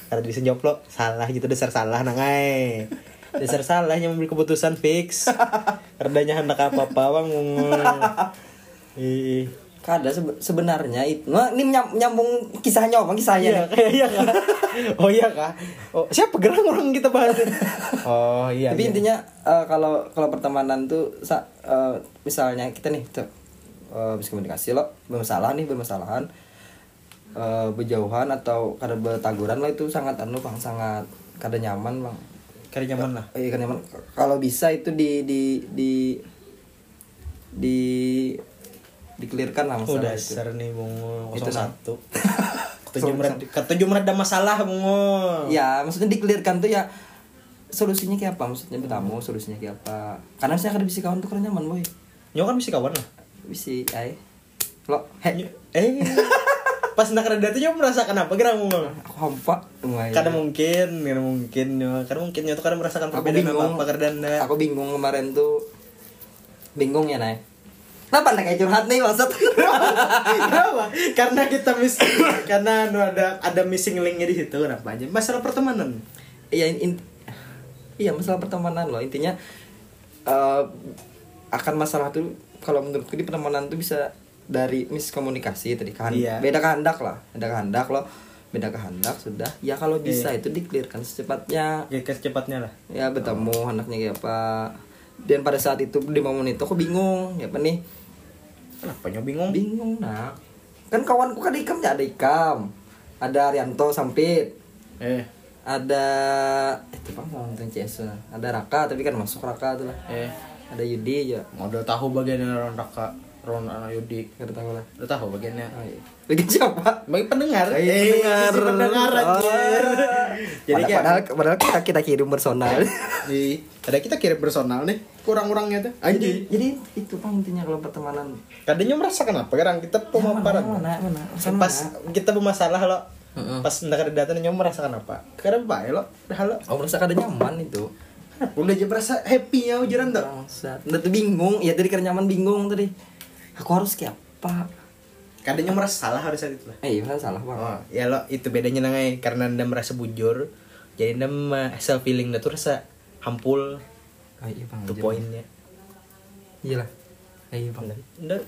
S2: karena bisa jawab lo salah gitu dasar salah nangai nah, Dasar salah yang memberi keputusan fix. Redanya hendak apa-apa bang. Ih.
S1: Kada sebe- sebenarnya itu. Wah, ini menyam- nyambung kisahnya Omang kisahnya.
S2: Iya, kayak iya kah? Oh iya kah? Oh, siapa gerang orang kita bahas? ini? Oh iya.
S1: Tapi
S2: iya.
S1: intinya eh, kalau kalau pertemanan tuh sa- eh, misalnya kita nih tuh eh, habis komunikasi lo bermasalah nih bermasalahan eh, berjauhan atau kada bertaguran lah itu sangat anu bang sangat kada nyaman bang
S2: Karena nyaman lah.
S1: Eh, kada nyaman kalau bisa itu di di di di dikelirkan lah
S2: Oh
S1: masalah itu
S2: dasar nih bungo
S1: Itu,
S2: 01 Ketujuh mered ketujuh mereda masalah bungo
S1: ya maksudnya dikelirkan tuh ya solusinya kayak apa maksudnya bertamu solusinya kayak apa karena saya kada bisa kawan tuh karena nyaman boy
S2: Nyo kan mesti kawan lah
S1: bisi ay lo he
S2: Nyo- Eh Pas nak reda tuh nyo merasakan apa gerang bungo
S1: aku hampa Wah, ya.
S2: Karena mungkin, karena mungkin nyo Karena mungkin nyo tuh karena merasakan
S1: aku
S2: perbedaan
S1: bingung
S2: apa-apa karena anda
S1: aku bingung kemarin tuh bingung ya nay Kenapa nak kayak curhat nih maksud?
S2: Kenapa? karena kita miss Karena anu ada ada missing linknya di situ kenapa aja Masalah pertemanan
S1: Iya, in- in- iya masalah pertemanan loh intinya eh, akan masalah tuh kalau menurutku di pertemanan tuh bisa dari miskomunikasi tadi kan
S2: Iya.
S1: beda kehendak lah beda kehendak loh beda kehendak sudah ya kalau bisa itu dikelirkan secepatnya
S2: Ya secepatnya lah
S1: ya bertemu
S2: Ah.
S1: anaknya kayak apa dan pada saat itu di momen itu aku bingung ya apa nih
S2: Kenapa nyo bingung?
S1: bingung nak kan kawanku kan ikam ya ada ikam ada Arianto Sampit
S2: Eh
S1: ada eh, itu bang mau nonton CS lah. ada Raka tapi kan masuk Raka tuh lah
S2: Eh
S1: ada Yudi ya
S2: Udah tahu bagiannya Ron Raka Ron anak Yudi
S1: nggak tahu lah
S2: Udah tahu bagiannya
S1: oh, iya. Bikin siapa
S2: bagi pendengar Eh,
S1: Bagi pendengar.
S2: si pendengar anjir
S1: Oh.
S2: jadi
S1: Pada-
S2: kayak
S1: padahal, padahal kita kita kirim personal
S2: Iya. ada kita kirim personal nih kurang-kurangnya tuh
S1: jadi
S2: anjir
S1: jadi itu bang intinya kalau pertemanan
S2: kadangnya merasakan apa kan kita
S1: mana
S2: pemaparan
S1: mana mana Urusan
S2: pas
S1: mana?
S2: kita bermasalah lo pas ndak ada data nyonya merasakan apa karena baik lo dah lo
S1: oh merasa kada nyaman itu
S2: udah aja merasa happy ya ujaran
S1: Gitu.
S2: tuh
S1: bangsat udah tuh bingung ya tadi karena nyaman bingung tadi aku harus kayak apa
S2: kadangnya merasa salah harus saat itu lah
S1: eh iya bener, salah bang
S2: oh ya lo itu bedanya nangai karena anda merasa bujur jadi anda merasa feeling anda tuh rasa hampul
S1: oh, iya bang
S2: tuh
S1: iya.
S2: poinnya
S1: iya lah Eh, iya bang
S2: Anda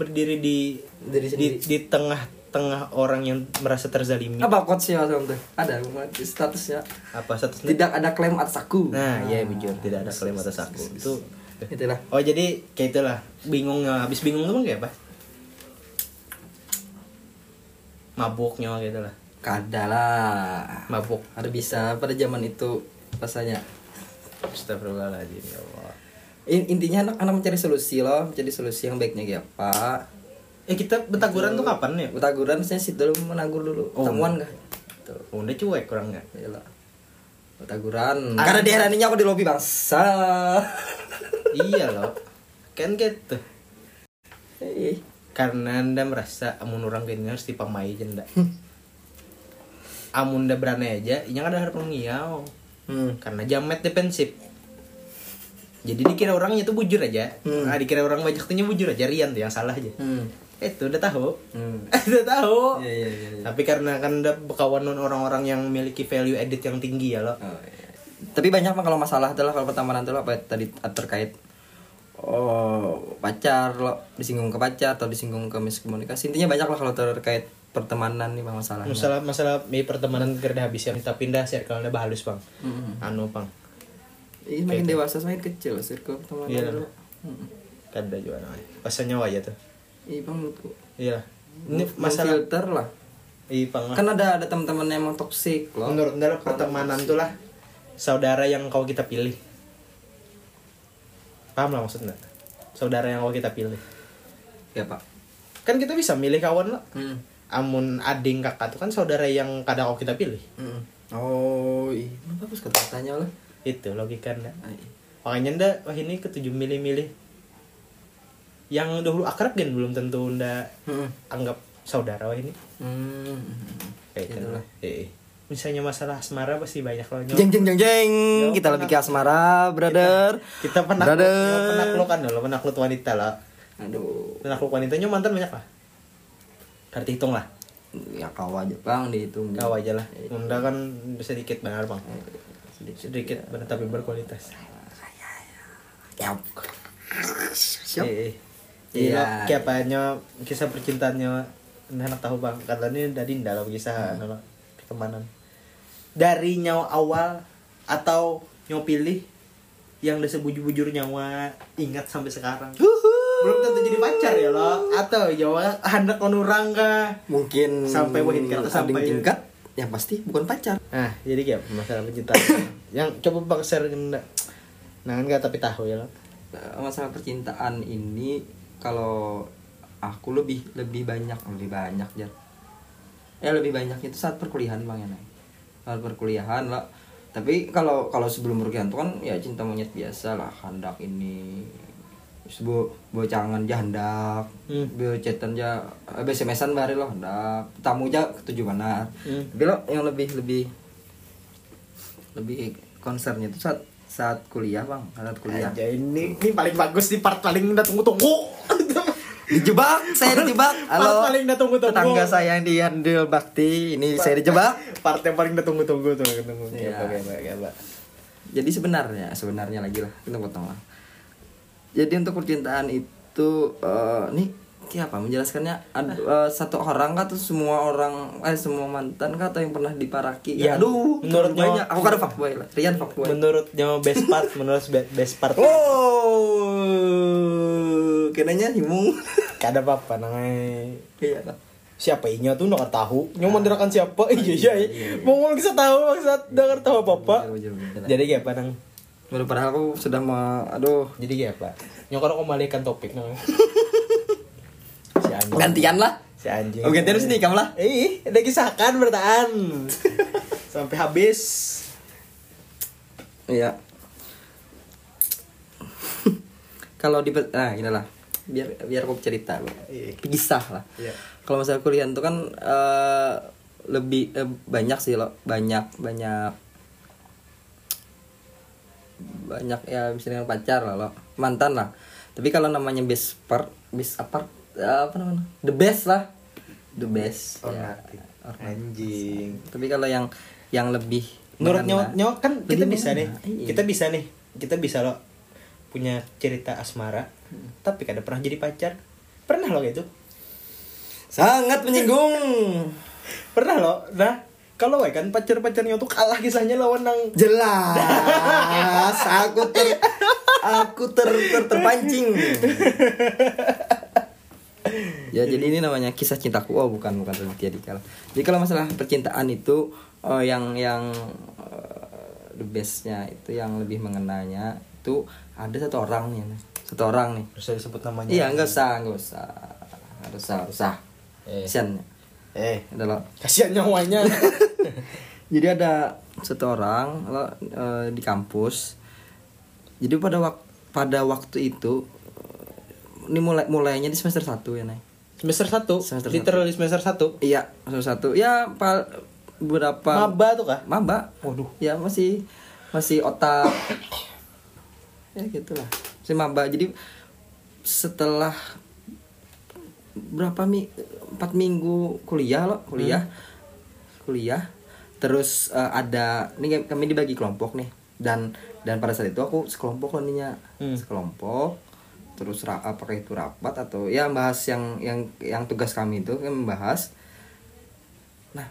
S2: berdiri di
S1: Diri
S2: di,
S1: sendiri.
S2: di tengah-tengah orang yang merasa terzalimi.
S1: apa quotesnya mas Bang, tuh ada bang, statusnya
S2: Apa statusnya?
S1: tidak ada klaim atas aku
S2: Nah, ya bujur tidak ada kalimat atas aku. Itu
S1: itulah
S2: Oh, jadi kayak itulah. Bingung ya. habis bingung tuh kayak apa? Mabuknya gitu lah.
S1: kada lah
S2: Mabuk.
S1: ada bisa pada zaman itu rasanya
S2: Astagfirullahaladzim ya Allah.
S1: In- intinya anak anak mencari solusi loh mencari solusi yang baiknya kayak apa
S2: Eh kita bentaguran tuh kapan ya?
S1: taguran saya sit dulu menanggur dulu
S2: Oh.
S1: temuan gak tuh
S2: Oh, Udah cuek kurang nggak?
S1: ya lah taguran karena dia ini aku di lobi bangsa
S2: iya loh. Kan gitu.
S1: Eh,
S2: karena anda merasa amun orang gini harus dipamai aja ndak amun anda berani aja ini kan ada harap mengiau
S1: hmm.
S2: karena jamet defensif jadi dikira orangnya tuh bujur aja
S1: Hmm.
S2: nah, dikira orang banyak tuhnya bujur aja Rian tuh yang salah aja
S1: Hmm.
S2: Eh, itu udah tahu
S1: Hmm.
S2: udah tahu
S1: Iya, iya, iya, iya.
S2: tapi karena kan anda berkawan dengan orang-orang yang memiliki value edit yang tinggi ya lo
S1: Oh, iya. Tapi banyak mah kalau masalah adalah kalau pertemanan itu apa tadi ah, terkait oh pacar lo disinggung ke pacar atau disinggung ke miskomunikasi intinya banyak lah kalau terkait pertemanan nih bang masalahnya.
S2: masalah masalah mi pertemanan gerda habis ya kita pindah circle anda halus bang
S1: Hmm.
S2: anu bang
S1: Ini makin dewasa semakin kecil circle pertemanan
S2: Iya.
S1: dulu. Mm-mm.
S2: kada juga namanya pasannya wajah tuh
S1: Iya bang menurutku.
S2: Iya. Ini masalah
S1: masalah filter lah.
S2: Iya, Pang.
S1: Kan ada ada teman-teman yang emang toksik loh.
S2: menurut Anda pertemanan tuh lah saudara yang kau kita pilih. Paham lah maksudnya? Saudara yang kau kita pilih.
S1: Ya pak.
S2: Kan kita bisa milih kawan lah.
S1: Hmm.
S2: Amun ading kakak tuh kan saudara yang kadang kau kita pilih.
S1: Mm-mm. Oh, iya. hmm. bagus kata tanya lah.
S2: Itu logika Anda.
S1: Ah, iya.
S2: Makanya Anda wah ini ketujuh milih-milih. Yang dahulu akrab kan belum tentu Anda
S1: Mm-mm.
S2: anggap saudara wah ini.
S1: Mm.
S2: Kayak gitu lah. Eh, eh. Misalnya masalah asmara pasti banyak loh. Nyok.
S1: Jeng jeng jeng jeng, kita lebih ke asmara, brother.
S2: kita pernah
S1: Brother.
S2: penaklukan dulu penakluk wanita lah
S1: Iya. Aduh,
S2: penakluk wanitanya mantan banyak lah harus dihitung lah
S1: ya kau aja bang dihitung.
S2: kau aja lah Bunda kan sedikit benar bang sedikit ber- tapi berkualitas
S1: Ya. Iya.
S2: Eh, iya
S1: Iya.
S2: kayak apanya kisah percintaannya nah, anak tahu bang karena ini dari dalam kisah anu lah, pertemanan dari nyawa awal atau nyawa pilih yang udah sebujur-bujur nyawa ingat sampai sekarang belum tentu jadi pacar ya lo atau nyawa anak konurang kah
S1: Mungkin
S2: Sampai wahid
S1: ada
S2: kata, sampai-
S1: tingkat yang pasti bukan pacar.
S2: Nah, jadi kayak masalah percintaan. yang coba Bang share enggak? Nah, enggak tapi tahu ya. Lang.
S1: Eh, masalah percintaan ini kalau aku lebih lebih banyak lebih banyak ya ya lebih banyak itu saat perkuliahan bang ya Nay. saat perkuliahan lah tapi kalau kalau sebelum perkuliahan tuh kan ya cinta monyet biasa lah handak ini sebu bocangan ja handak
S2: Hmm.
S1: bocetan ja eh, besemesan bare lo handak tamu ja ketujuh mana
S2: Hmm.
S1: tapi lo yang lebih lebih lebih concernnya itu saat saat kuliah bang saat kuliah
S2: Aja ini ini paling bagus di part paling udah tunggu-tunggu.
S1: dijebak saya dijebak halo
S2: Paling udah tunggu-tunggu.
S1: tetangga saya yang di handil bakti ini saya dijebak
S2: part yang paling udah tunggu-tunggu tuh, tunggu.
S1: Iya.
S2: Coba coba coba.
S1: jadi sebenarnya sebenarnya lagi lah kita potong lah jadi untuk percintaan itu eh, nih kayak apa menjelaskannya Ad-
S2: Ah.
S1: eh, satu orang kah atau semua orang eh semua mantan kah atau yang pernah diparaki ya,
S2: Iya.
S1: aduh
S2: Menurut
S1: banyak
S2: nyawa-
S1: aku kan fuckboy lah Rian fuckboy
S2: Menurut nyawa best part, menurut be- best part.
S1: oh kenanya himung
S2: Kada apa-apa nangai.
S1: iya lah
S2: Siapa inya tuh nggak tahu. Nyawa mandirakan siapa? Iya iya. iya. Mau ngomong kita tahu maksud nggak tahu apa-apa.
S1: Bener, bener, bener.
S2: Jadi kayak apa nang?
S1: Waduh, Iya padahal aku sudah me- aduh
S2: Jadi kayak apa? Nyokor aku malaikan topik nang. ya. si anjing.
S1: gantian lah
S2: Si anjing.
S1: Oke, terus nih kamu lah.
S2: Eh, ada kisahkan bertahan. Sampai habis.
S1: Iya. Kalau di nah gini lah. Biar biar aku cerita loh.
S2: Iya.
S1: Kisah lah.
S2: Iya.
S1: Kalau masalah kuliah itu kan eh, lebih eh, banyak sih loh, banyak banyak banyak ya bisa dengan pacar lah loh, mantan lah. Tapi kalau namanya best part, best apart eh, apa namanya? The best lah. The best.
S2: Or
S1: ya.
S2: nothing.
S1: Or nothing.
S2: Anjing.
S1: Tapi kalau yang yang lebih
S2: Menurut nyawa,
S1: mengena-
S2: nyawa kan kita
S1: Lebih
S2: bisa nih.
S1: mengena, iya.
S2: Kita bisa nih. Kita bisa loh punya cerita asmara, tapi kada pernah jadi pacar. Pernah gitu. loh itu.
S1: Sangat menyinggung.
S2: Pernah loh. Nah, kalau wae kan pacar-pacarnya tuh kalah kisahnya lawan nang
S1: Jelas, aku ter aku ter, ter- terpancing. ya jadi ini namanya kisah cintaku. Oh, bukan bukan Raditya Dika. lah. Jadi kalau masalah percintaan itu eh, yang yang eh, the bestnya itu yang lebih mengenanya itu ada satu orang nih, satu orang nih.
S2: bisa disebut namanya.
S1: Iya, enggak usah, enggak usah. Enggak usah, enggak usah.
S2: Eh.
S1: Kasihan.
S2: Eh,
S1: Adalah
S2: kasihan nyawanya.
S1: jadi ada satu orang lo, eh, di kampus jadi pada wak- pada waktu itu eh, ini mulai mulainya di semester 1 ya Nay
S2: semester 1,
S1: Semester satu.
S2: literally semester 1.
S1: iya semester 1 ya pal berapa
S2: Maba tuh kah?
S1: maba
S2: Waduh.
S1: ya masih masih otak ya gitulah masih maba jadi setelah berapa mi empat minggu kuliah loh kuliah kuliah terus eh, ada ini kami dibagi kelompok nih dan dan pada saat itu aku sekelompok loh nih, Nya.
S2: Hmm.
S1: sekelompok terus ra- apakah itu rapat atau ya bahas yang yang yang tugas kami itu kami membahas nah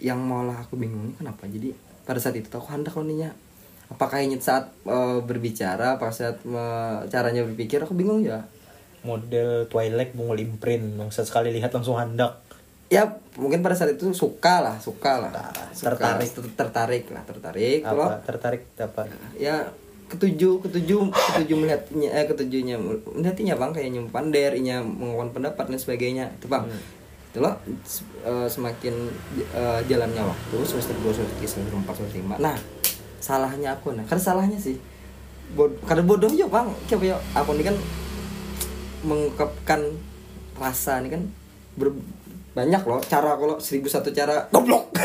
S1: yang malah aku bingung kenapa jadi pada saat itu tuh aku hendak oninya apakah ini saat eh, berbicara apa saat eh, caranya berpikir aku bingung ya
S2: model Twilight bungul imprint langsung sekali lihat langsung handak
S1: ya mungkin pada saat itu suka lah suka lah Suka,
S2: Tertarik.
S1: ter- tertarik lah tertarik
S2: apa
S1: kalau
S2: tertarik apa
S1: ya ketujuh ketujuh ketujuh melihatnya eh ketujuhnya melihatnya bang kayak nyumpan inya menguatkan pendapat dan sebagainya itu bang itu loh s- eh, semakin eh, jalannya waktu semester 2 semester 3 semester 4 semester 5 nah salahnya aku nah karena salahnya sih Bod karena bodoh ya bang kayak apa ya? aku ini kan mengungkapkan rasa ini kan ber- banyak loh cara kalau seribu satu cara goblok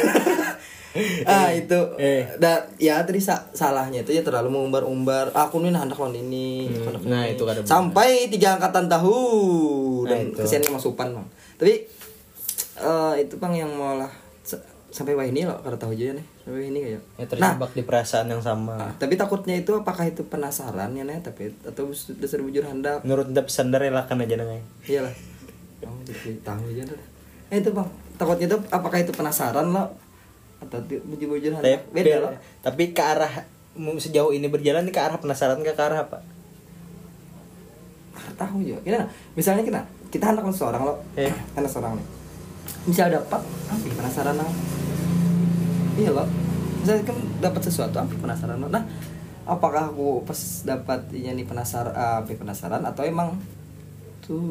S1: ah itu
S2: Eh.
S1: Nah, ya tadi sa- salahnya itu ya terlalu mengumbar-umbar. Ah, Aku nih hendak lawan ini. hendak lawan
S2: nah,
S1: ini.
S2: itu kada benar.
S1: Sampai tiga angkatan tahu
S2: Nah,
S1: dan
S2: itu.
S1: kesian sama Supan, Bang. Tapi eh, itu Bang yang malah se- sampai wah ini loh karena tahu aja nih sampai wah ini kayak Nah,
S2: Ya, terjebak di perasaan yang sama.
S1: tapi takutnya itu apakah itu penasaran ya nih tapi atau dasar bujur handap
S2: Menurut Dap Sandar relakan aja neng. ya.
S1: iyalah kamu jadi tahu aja dah eh, itu bang takutnya itu apakah itu penasaran lo atau ti- bujur-bujur
S2: Tapi,
S1: handap beda lo
S2: tapi ke arah mu- sejauh ini berjalan ke arah penasaran ke, ke arah apa?
S1: Nggak tahu ya kita misalnya kita kita anak kan seorang lo
S2: Eh.
S1: anak seorang nih misal dapat ampi ya, penasaran lo iya lo misalnya kan dapat sesuatu ampi penasaran lo nah apakah aku pas dapat ini penasaran ampi ya, penasaran atau emang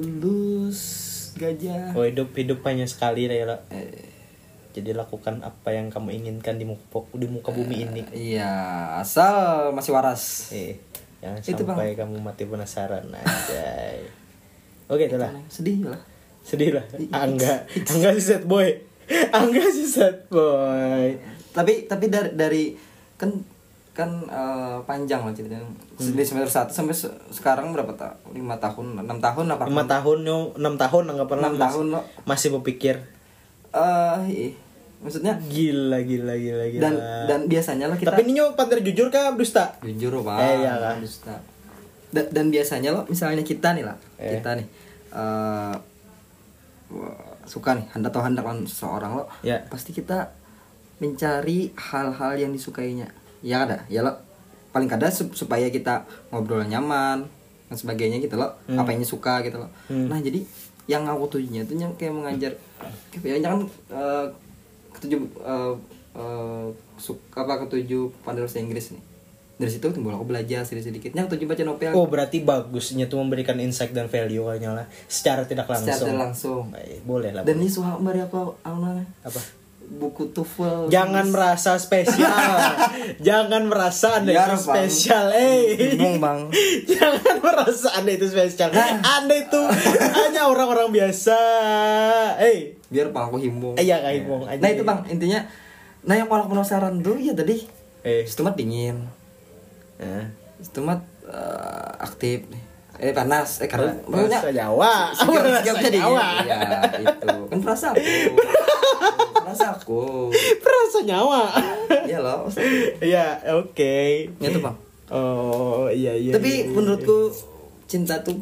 S1: tulus gajah
S2: Oh hidup hidup hanya sekali Rela.
S1: Eh,
S2: Jadi lakukan apa yang kamu inginkan di muka di muka bumi ini.
S1: iya asal masih waras
S2: Eh, jangan
S1: Itu, Bang.
S2: sampai kamu mati penasaran aja. Oke, itulah.
S1: sedih lah
S2: Sedih lah. Ah, Angga, Angga si sad boy. Angga si sad boy.
S1: tapi tapi dari dari kan kan eh, panjang lah ceritanya
S2: Hmm.
S1: dari semester 1 sampai se- sekarang berapa ta lima tahun enam tahun apa
S2: 5 tahun yo, 6 tahun enggak pernah.
S1: Enam
S2: masih-
S1: tahun, lo.
S2: Masih berpikir.
S1: Eh, iya. maksudnya
S2: Gila gila gila gila.
S1: dan dan biasanya lah kita
S2: Tapi ini yo panter jujur kah dusta?
S1: jujur pak
S2: Eh, iya lah.
S1: Dusta. Da- dan biasanya lo misalnya kita nih lah
S2: Eh.
S1: kita nih eh, wah, suka nih hendak atau hendak lawan kan seseorang lo
S2: Ya.
S1: pasti kita mencari hal-hal yang disukainya ya ada ya lo paling kada sup- supaya kita ngobrol nyaman dan sebagainya gitu lo
S2: Hmm.
S1: apa yang suka gitu lo nah jadi yang aku tujunya itu yang kayak mengajar kayak yang kan eh, ketujuh eh, eh, suka apa ketujuh pandai bahasa Inggris nih dari situ timbul aku belajar sedikit sedikitnya ketujuh baca novel
S2: Oh, berarti bagusnya tuh memberikan insight dan value kayaknya lah secara tidak langsung.
S1: secara langsung
S2: Eh, boleh lah.
S1: dan ini suha mari apa apa
S2: Apa?
S1: buku TOEFL
S2: Jangan merasa spesial. Jangan merasa Anda
S1: Biar,
S2: itu
S1: Bang.
S2: spesial. Eh.
S1: Bingung, Bang. Nah.
S2: Jangan merasa Anda itu spesial. Eh, Anda itu hanya orang-orang biasa. Eh.
S1: biar bang aku himbung
S2: Eh, iya, Kak, himbung.
S1: nah itu bang intinya nah yang malah penasaran dulu ya tadi
S2: Eh.
S1: Stumat dingin Stumat eh, aktif eh panas eh karena
S2: Bahasa Jawa. Bahasa
S1: sikapnya dingin
S2: Jawa.
S1: iya itu kan perasa aku perasa aku
S2: Perasa nyawa.
S1: iya loh
S2: Ya, oke.
S1: ya tuh bang
S2: Oh, iya iya.
S1: tapi
S2: iya, iya.
S1: menurutku cinta tuh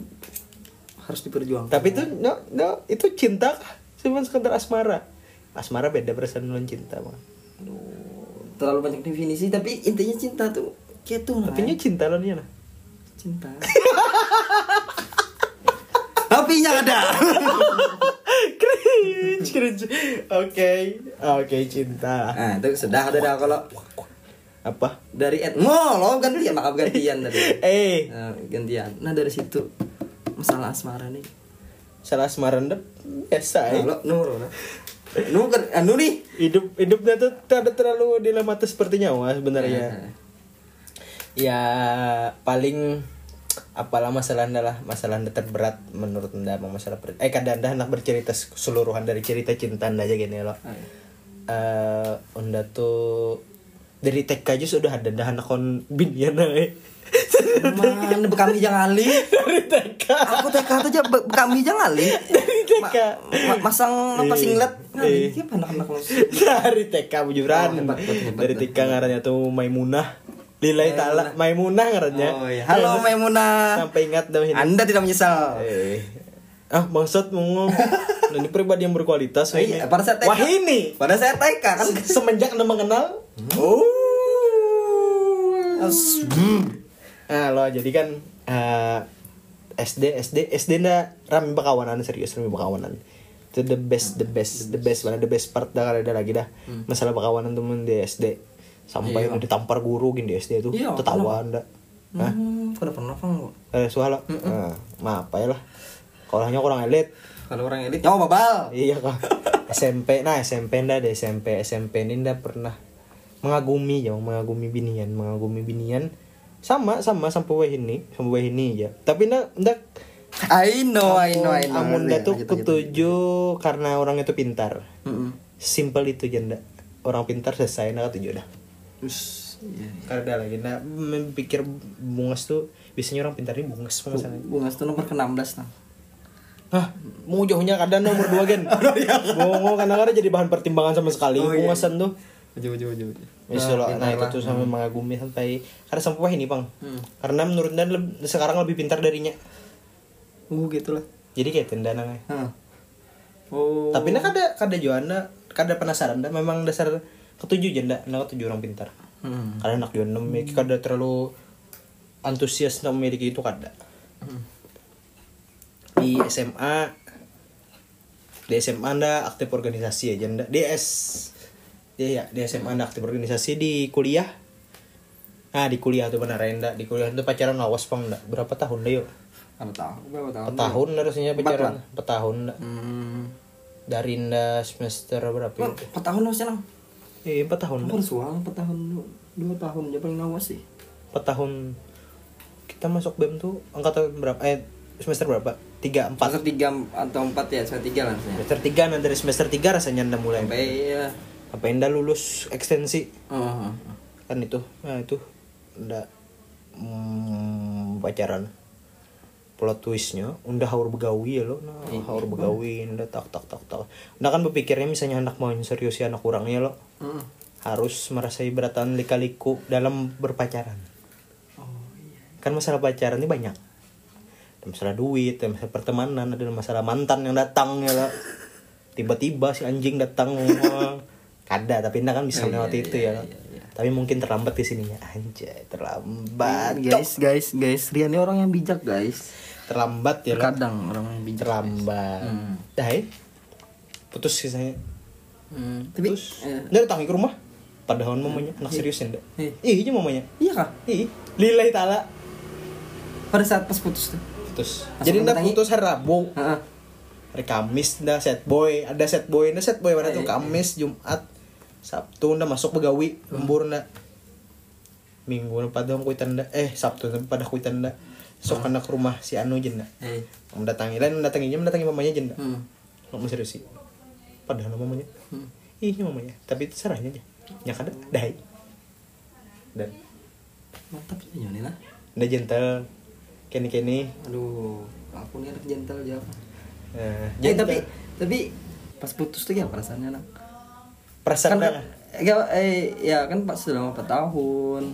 S1: harus diperjuangkan
S2: tapi itu no, no, itu cinta kah? Cuman sekedar asmara. Asmara beda perasaan dengan cinta, Bang.
S1: terlalu banyak definisi tapi intinya cinta tuh kayak tuh
S2: Tapi nya cinta lah dia lah.
S1: cinta tapi yang ada
S2: cringe, cringe. Oke, oke cinta.
S1: nah itu sudah udah dah kalau
S2: Apa?
S1: dari Ed Mo lo gantian maaf gantian tadi
S2: Eh,
S1: Nah, gantian nah dari situ masalah asmara nih
S2: salah asmara Anda
S1: nah,
S2: biasa ya.
S1: lo nur lo nu kan anu nih
S2: Hidup hidupnya tuh tidak terlalu dilematis seperti nyawa sebenarnya.
S1: Iya.
S2: Ya paling apalah masalah anda lah masalah anda terberat menurut anda Bang, masalah per- eh kadang anda hendak bercerita keseluruhan dari cerita cinta anda aja gini loh
S1: Iya.
S2: eh Onda tuh dari TK aja sudah ada dah anak kon bin ya nah, eh.
S1: mana bekam hijau kali
S2: dari TK
S1: aku TK tuh aja be- bekam hijau kali
S2: TK.
S1: masang apa
S2: Eh,
S1: singlet
S2: eh.
S1: ngali siapa anak-anak lo
S2: dari TK bujuran
S1: Oh, hebat, hebat, hebat.
S2: dari TK ngarannya tuh Maimunah Lillahi ta'ala Maimunah ngarannya
S1: oh, iya. halo Maimunah
S2: sampai ingat dah ini
S1: anda tidak menyesal
S2: eh. ah bangsat ngomong Nah, ini pribadi yang berkualitas
S1: Oh, iya, pada saat TK.
S2: wah ini
S1: Pada saya TK kan.
S2: Se- semenjak anda mengenal
S1: Oh.
S2: Nah lo jadi kan eh, SD SD SD nda rame bakawanan serius rame bakawanan itu the best the best the best mana the best part dah kalau ada lagi dah
S1: Hmm.
S2: masalah bakawanan temen di SD sampai udah ditampar guru gini di SD itu
S1: Iya,
S2: tertawa anda Hah?
S1: Hmm, kada pernah pang.
S2: eh suara nah, maaf ya lah kolahnya kurang elit
S1: Kalau orang elit nyawa babal.
S2: iya kak SMP nah SMP nda di SMP SMP ini nda pernah mengagumi ya mengagumi binian mengagumi binian sama sama sampai weh ini sampai weh ini ya tapi nda nda
S1: I know, I know, I know.
S2: amun nda
S1: Iya,
S2: tuh
S1: lanjut, lanjut.
S2: ketujuh karena orang itu pintar
S1: Mm-mm.
S2: simple itu janda orang pintar selesai nda ketujuh dah
S1: Ush, iya, iya.
S2: karena lagi nda pikir bungas tuh biasanya orang pintar ini bungas masalahnya
S1: Bungas tuh nomor ke-16 nang.
S2: Hah, mau jauhnya kadang nomor dua gen. Bongo kadang-kadang jadi bahan pertimbangan sama sekali.
S1: Oh, iya.
S2: Bungasan tuh.
S1: Uju uju uju. uju.
S2: Misalnya
S1: Nah,
S2: nah, itu
S1: pintar lah.
S2: tuh
S1: Hmm.
S2: sampai mengagumi sampai karena sampai ini bang. Karena menurut dan leb- sekarang lebih pintar darinya.
S1: Uh gitulah.
S2: Jadi kayak tendana ngai.
S1: Hah. Oh.
S2: Tapi nah kada kada Joanna kada Kan penasaran dah memang dasar ketujuh jenda nah ketujuh orang pintar.
S1: Hmm.
S2: Karena anak Joanna memiliki kada terlalu antusias nak memiliki itu kada. Di SMA di SMA anda aktif organisasi aja anda di S ya, ya di SMA anda aktif organisasi di kuliah nah di kuliah tuh benar anda di kuliah itu pacaran awas pang ndak berapa tahun dah yuk
S1: Berapa tahun? Berapa tahun?
S2: tahun harusnya
S1: lah.
S2: pacaran empat tahun ndak
S1: Hmm.
S2: dari Indah semester berapa ya?
S1: Emang Empat tahun harusnya nang.
S2: Eh, empat tahun.
S1: Umur suang empat tahun du- dua tahun aja paling nawas sih.
S2: Empat tahun. Kita masuk BEM tuh angkatan berapa? Eh, semester berapa? Tiga, empat.
S1: Semester tiga atau empat ya, semester tiga lah harusnya.
S2: Semester tiga, nah dari semester tiga rasanya anda mulai.
S1: Sampai ya.
S2: Apa anda lulus ekstensi?
S1: Oh,
S2: Kan itu, nah itu. Anda mm, pacaran. Plot twistnya, unda haur begawi ya lo, nah haur begawi, unda tak tak tak tak. Anda kan berpikirnya misalnya anak mau serius ya anak kurangnya lo,
S1: Heeh.
S2: harus merasai beratan lika-liku dalam berpacaran.
S1: Oh.
S2: kan masalah pacaran ini banyak ada masalah duit ada masalah pertemanan ada masalah mantan yang datang ya lah. tiba-tiba si anjing datang ngomong. kada tapi anda kan
S1: Iya,
S2: bisa melewati itu ya lah. tapi mungkin terlambat di sininya anjay terlambat
S1: Guys, guys, guys, Rian ini orang yang bijak, guys.
S2: terlambat ya lah.
S1: Kadang orang yang bijak.
S2: terlambat
S1: Hmm.
S2: dah eh. putus kisahnya
S1: Hmm. Tapi
S2: putus
S1: eh,
S2: dia datang ke rumah padahal mamanya anak serius ya ndak
S1: Iya.
S2: ih aja mamanya
S1: iya kah?
S2: ih lillahi ta'ala
S1: Pada saat pas putus tuh.
S2: putus
S1: Langsung
S2: jadi ndak
S1: mendatangi.
S2: putus hari rabu
S1: Heeh.
S2: hari Kamis dah set boy ada set boy ada set boy mana
S1: Iya,
S2: tuh
S1: iya.
S2: Kamis Jumat Sabtu nda masuk begawi lembur nda Minggu nda pada kuitan nda eh Sabtu nda pada kuitan nda sok anak rumah si Anu jenda
S1: Eh.
S2: mendatangi lain mendatanginya mendatangi mamanya jenda
S1: Hmm.
S2: nggak mau serius sih padahal mamanya
S1: Hmm.
S2: ih ini mamanya tapi itu sarahnya aja nya kada dai dan
S1: Mantap sih Yoni lah.
S2: nda gentle kini kini
S1: Aduh, aku nih anak gentle jawab.
S2: eh,
S1: Eh,
S2: gentle.
S1: tapi tapi pas putus tuh ya perasaannya nang.
S2: perasaan
S1: kan,
S2: nda-
S1: ya, eh, ya kan pak selama 4 tahun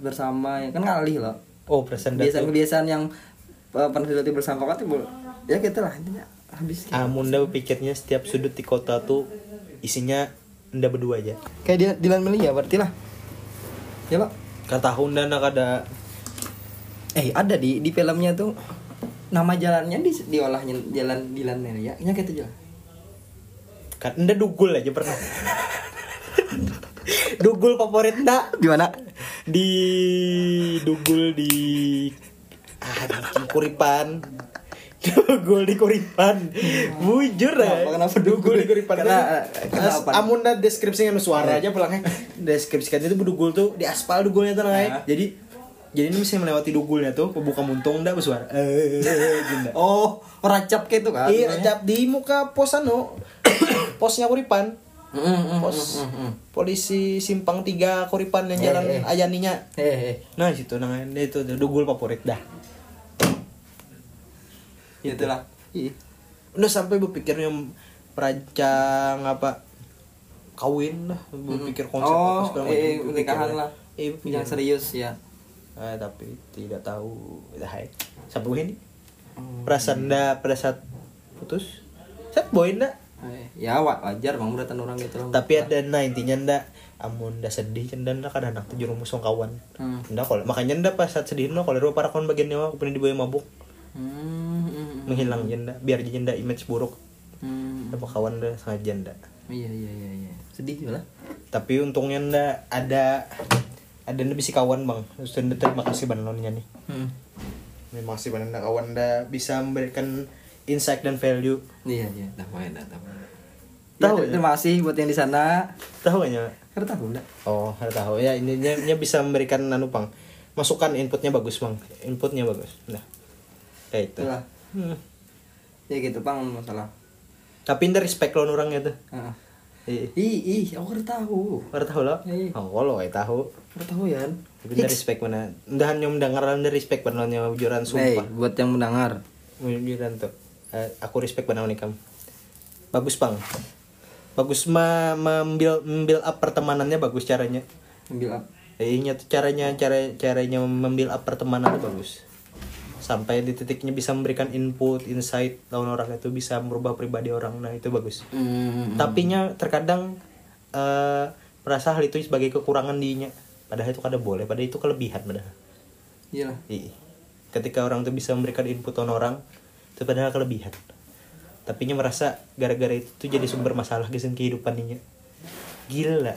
S1: bersama ya kan ngalih loh
S2: oh perasaan nda
S1: kebiasaan
S2: tuh.
S1: kebiasaan yang eh, pernah dilatih bersama kan timbul ya gitu lah intinya habis
S2: Amunda Ah, pikirnya setiap sudut di kota tuh isinya anda berdua aja.
S1: kayak dia Dilan Meli ya berarti lah ya pak
S2: Kata Honda nak ada
S1: eh ada di di filmnya tuh nama jalannya di diolahnya jalan Dilan Meli ya ini gitu aja lah.
S2: kan anda dugul aja pernah. dugul favorit ndak
S1: di mana
S2: di dugul di ah, di kuripan. Dugul di kuripan. Bujur ya.
S1: Kenapa- kenapa dugul?
S2: di kuripan?
S1: Karena- eh, karena
S2: As-
S1: apa?
S2: Amunda deskripsinya nu suara aja pelangnya. Deskripsikan itu dugul tuh di aspal dugulnya tuh
S1: Eh.
S2: nah. Jadi jadi ini misalnya melewati dugulnya tuh buka muntung ndak bersuara. Eh, gini.
S1: oh racap kayak itu kan
S2: Iya, cap di muka pos anu. posnya Kuripan.
S1: Mm,
S2: Pos polisi simpang tiga Kuripan yang
S1: Eh,
S2: jalan
S1: eh.
S2: Ayaninya.
S1: hehehe
S2: Nah, situ nah dia itu tuh, dugul favorit dah.
S1: Ya itulah Ih.
S2: Udah sampai berpikirnya perancang apa kawin lah, berpikir konsep apa
S1: oh
S2: segala macam,
S1: eh,
S2: berpikir
S1: nikahan lah
S2: lah. Eh,
S1: yang serius ya
S2: Eh, tapi tidak tahu dah. eh. Sampai ini.
S1: Hmm.
S2: Perasaan dah pada saat putus. Set boy ndak?
S1: Eh, ya wa- wajar bang beratan orang gitu loh
S2: tapi ada nah intinya ndak amun ndak sedih ndak ndak kada anak tujuh rumus song kawan
S1: Hmm.
S2: ndak kalau makanya ndak pas saat sedih ndak kalau para kon bagian nyawa aku pernah dibawa mabuk
S1: Hmm, hmm, hmm.
S2: menghilang jenda biar jadi ndak image buruk
S1: Hmm,
S2: ndak kawan ndak sengaja ndak
S1: iya iya iya iya sedih juga lah
S2: tapi untungnya ndak ada ada ndak bisa kawan bang terus ndak terima kasih banonnya nih
S1: hmm.
S2: terima kasih banon ndak kawan ndak bisa memberikan insight dan value
S1: iya iya tahu enak tahu
S2: Tahu
S1: tahu
S2: ya?
S1: terima kasih buat yang di sana
S2: tahu gak nyawa?
S1: karena tahu enggak
S2: Oh, ada tahu ya. Ini nya- nya bisa memberikan anu pang. Masukan inputnya bagus bang. Inputnya bagus. Nah, kayak itu.
S1: itulah
S2: Hmm.
S1: Iya. ya gitu bang masalah
S2: Tapi ini respect lawan orang ya, itu.
S1: Heeh.
S2: Iya.
S1: ih ih aku udah tahu
S2: Baru tahu lo?
S1: Iya.
S2: Oh, kalau ya tahu.
S1: udah tahu ya
S2: Tapi ini respect mana? Ndahan yang mendengar ini respect benar nya juran
S1: Hey,
S2: sumpah.
S1: buat yang mendengar
S2: Juran tuh. Eh, aku respect banget nih kamu bagus bang bagus ma membil membil up pertemanannya bagus caranya
S1: ambil up
S2: Iya tuh caranya cara caranya membil up pertemanan itu bagus. Sampai di titiknya bisa memberikan input, insight lawan orang itu bisa merubah pribadi orang. Nah, itu bagus.
S1: Hmm.
S2: Tapi nya terkadang eh merasa hal itu sebagai kekurangan dinya. Padahal itu kada boleh, padahal itu kelebihan padahal.
S1: iyalah
S2: Iya. Ketika orang itu bisa memberikan input lawan orang, itu padahal kelebihan. Tapi nya merasa gara-gara itu tuh jadi sumber masalah kehidupan kehidupannya. Gila.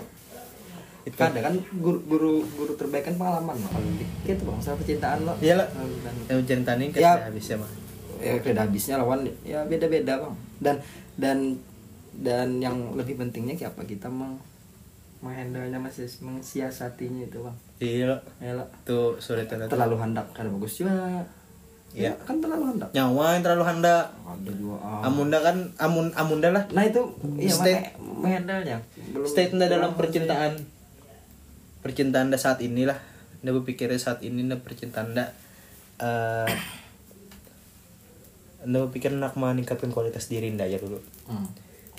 S2: Itu
S1: kadang kan guru guru guru terbaik kan pengalaman Mak. Kayak itu bang soal percintaan lo Nah,
S2: Iyalah.
S1: Dan-
S2: Yang ceritain kan
S1: Ya.
S2: udah habis Iya, ya mah.
S1: ya beda habisnya lawan ya beda beda bang dan dan dan yang lebih pentingnya kayak apa kita meng menghandlenya masih mengsiasatinya itu bang
S2: Iya.
S1: ya lah.
S2: Tuh sulit ternyata.
S1: terlalu hendak kan bagus juga
S2: Iya.
S1: kan terlalu hendak
S2: Nyawa yang terlalu hendak.
S1: ada juga ah.
S2: Amunda kan amun amunda lah.
S1: nah itu iya
S2: State-
S1: makanya menghandlenya Belum-
S2: Statement
S1: belum-
S2: dalam percintaan. Percintaan da saat inilah. Anda berpikirnya saat ini anda percintaan anda. eh anda berpikir nak meningkatkan kualitas diri anda ya dulu.
S1: Hmm.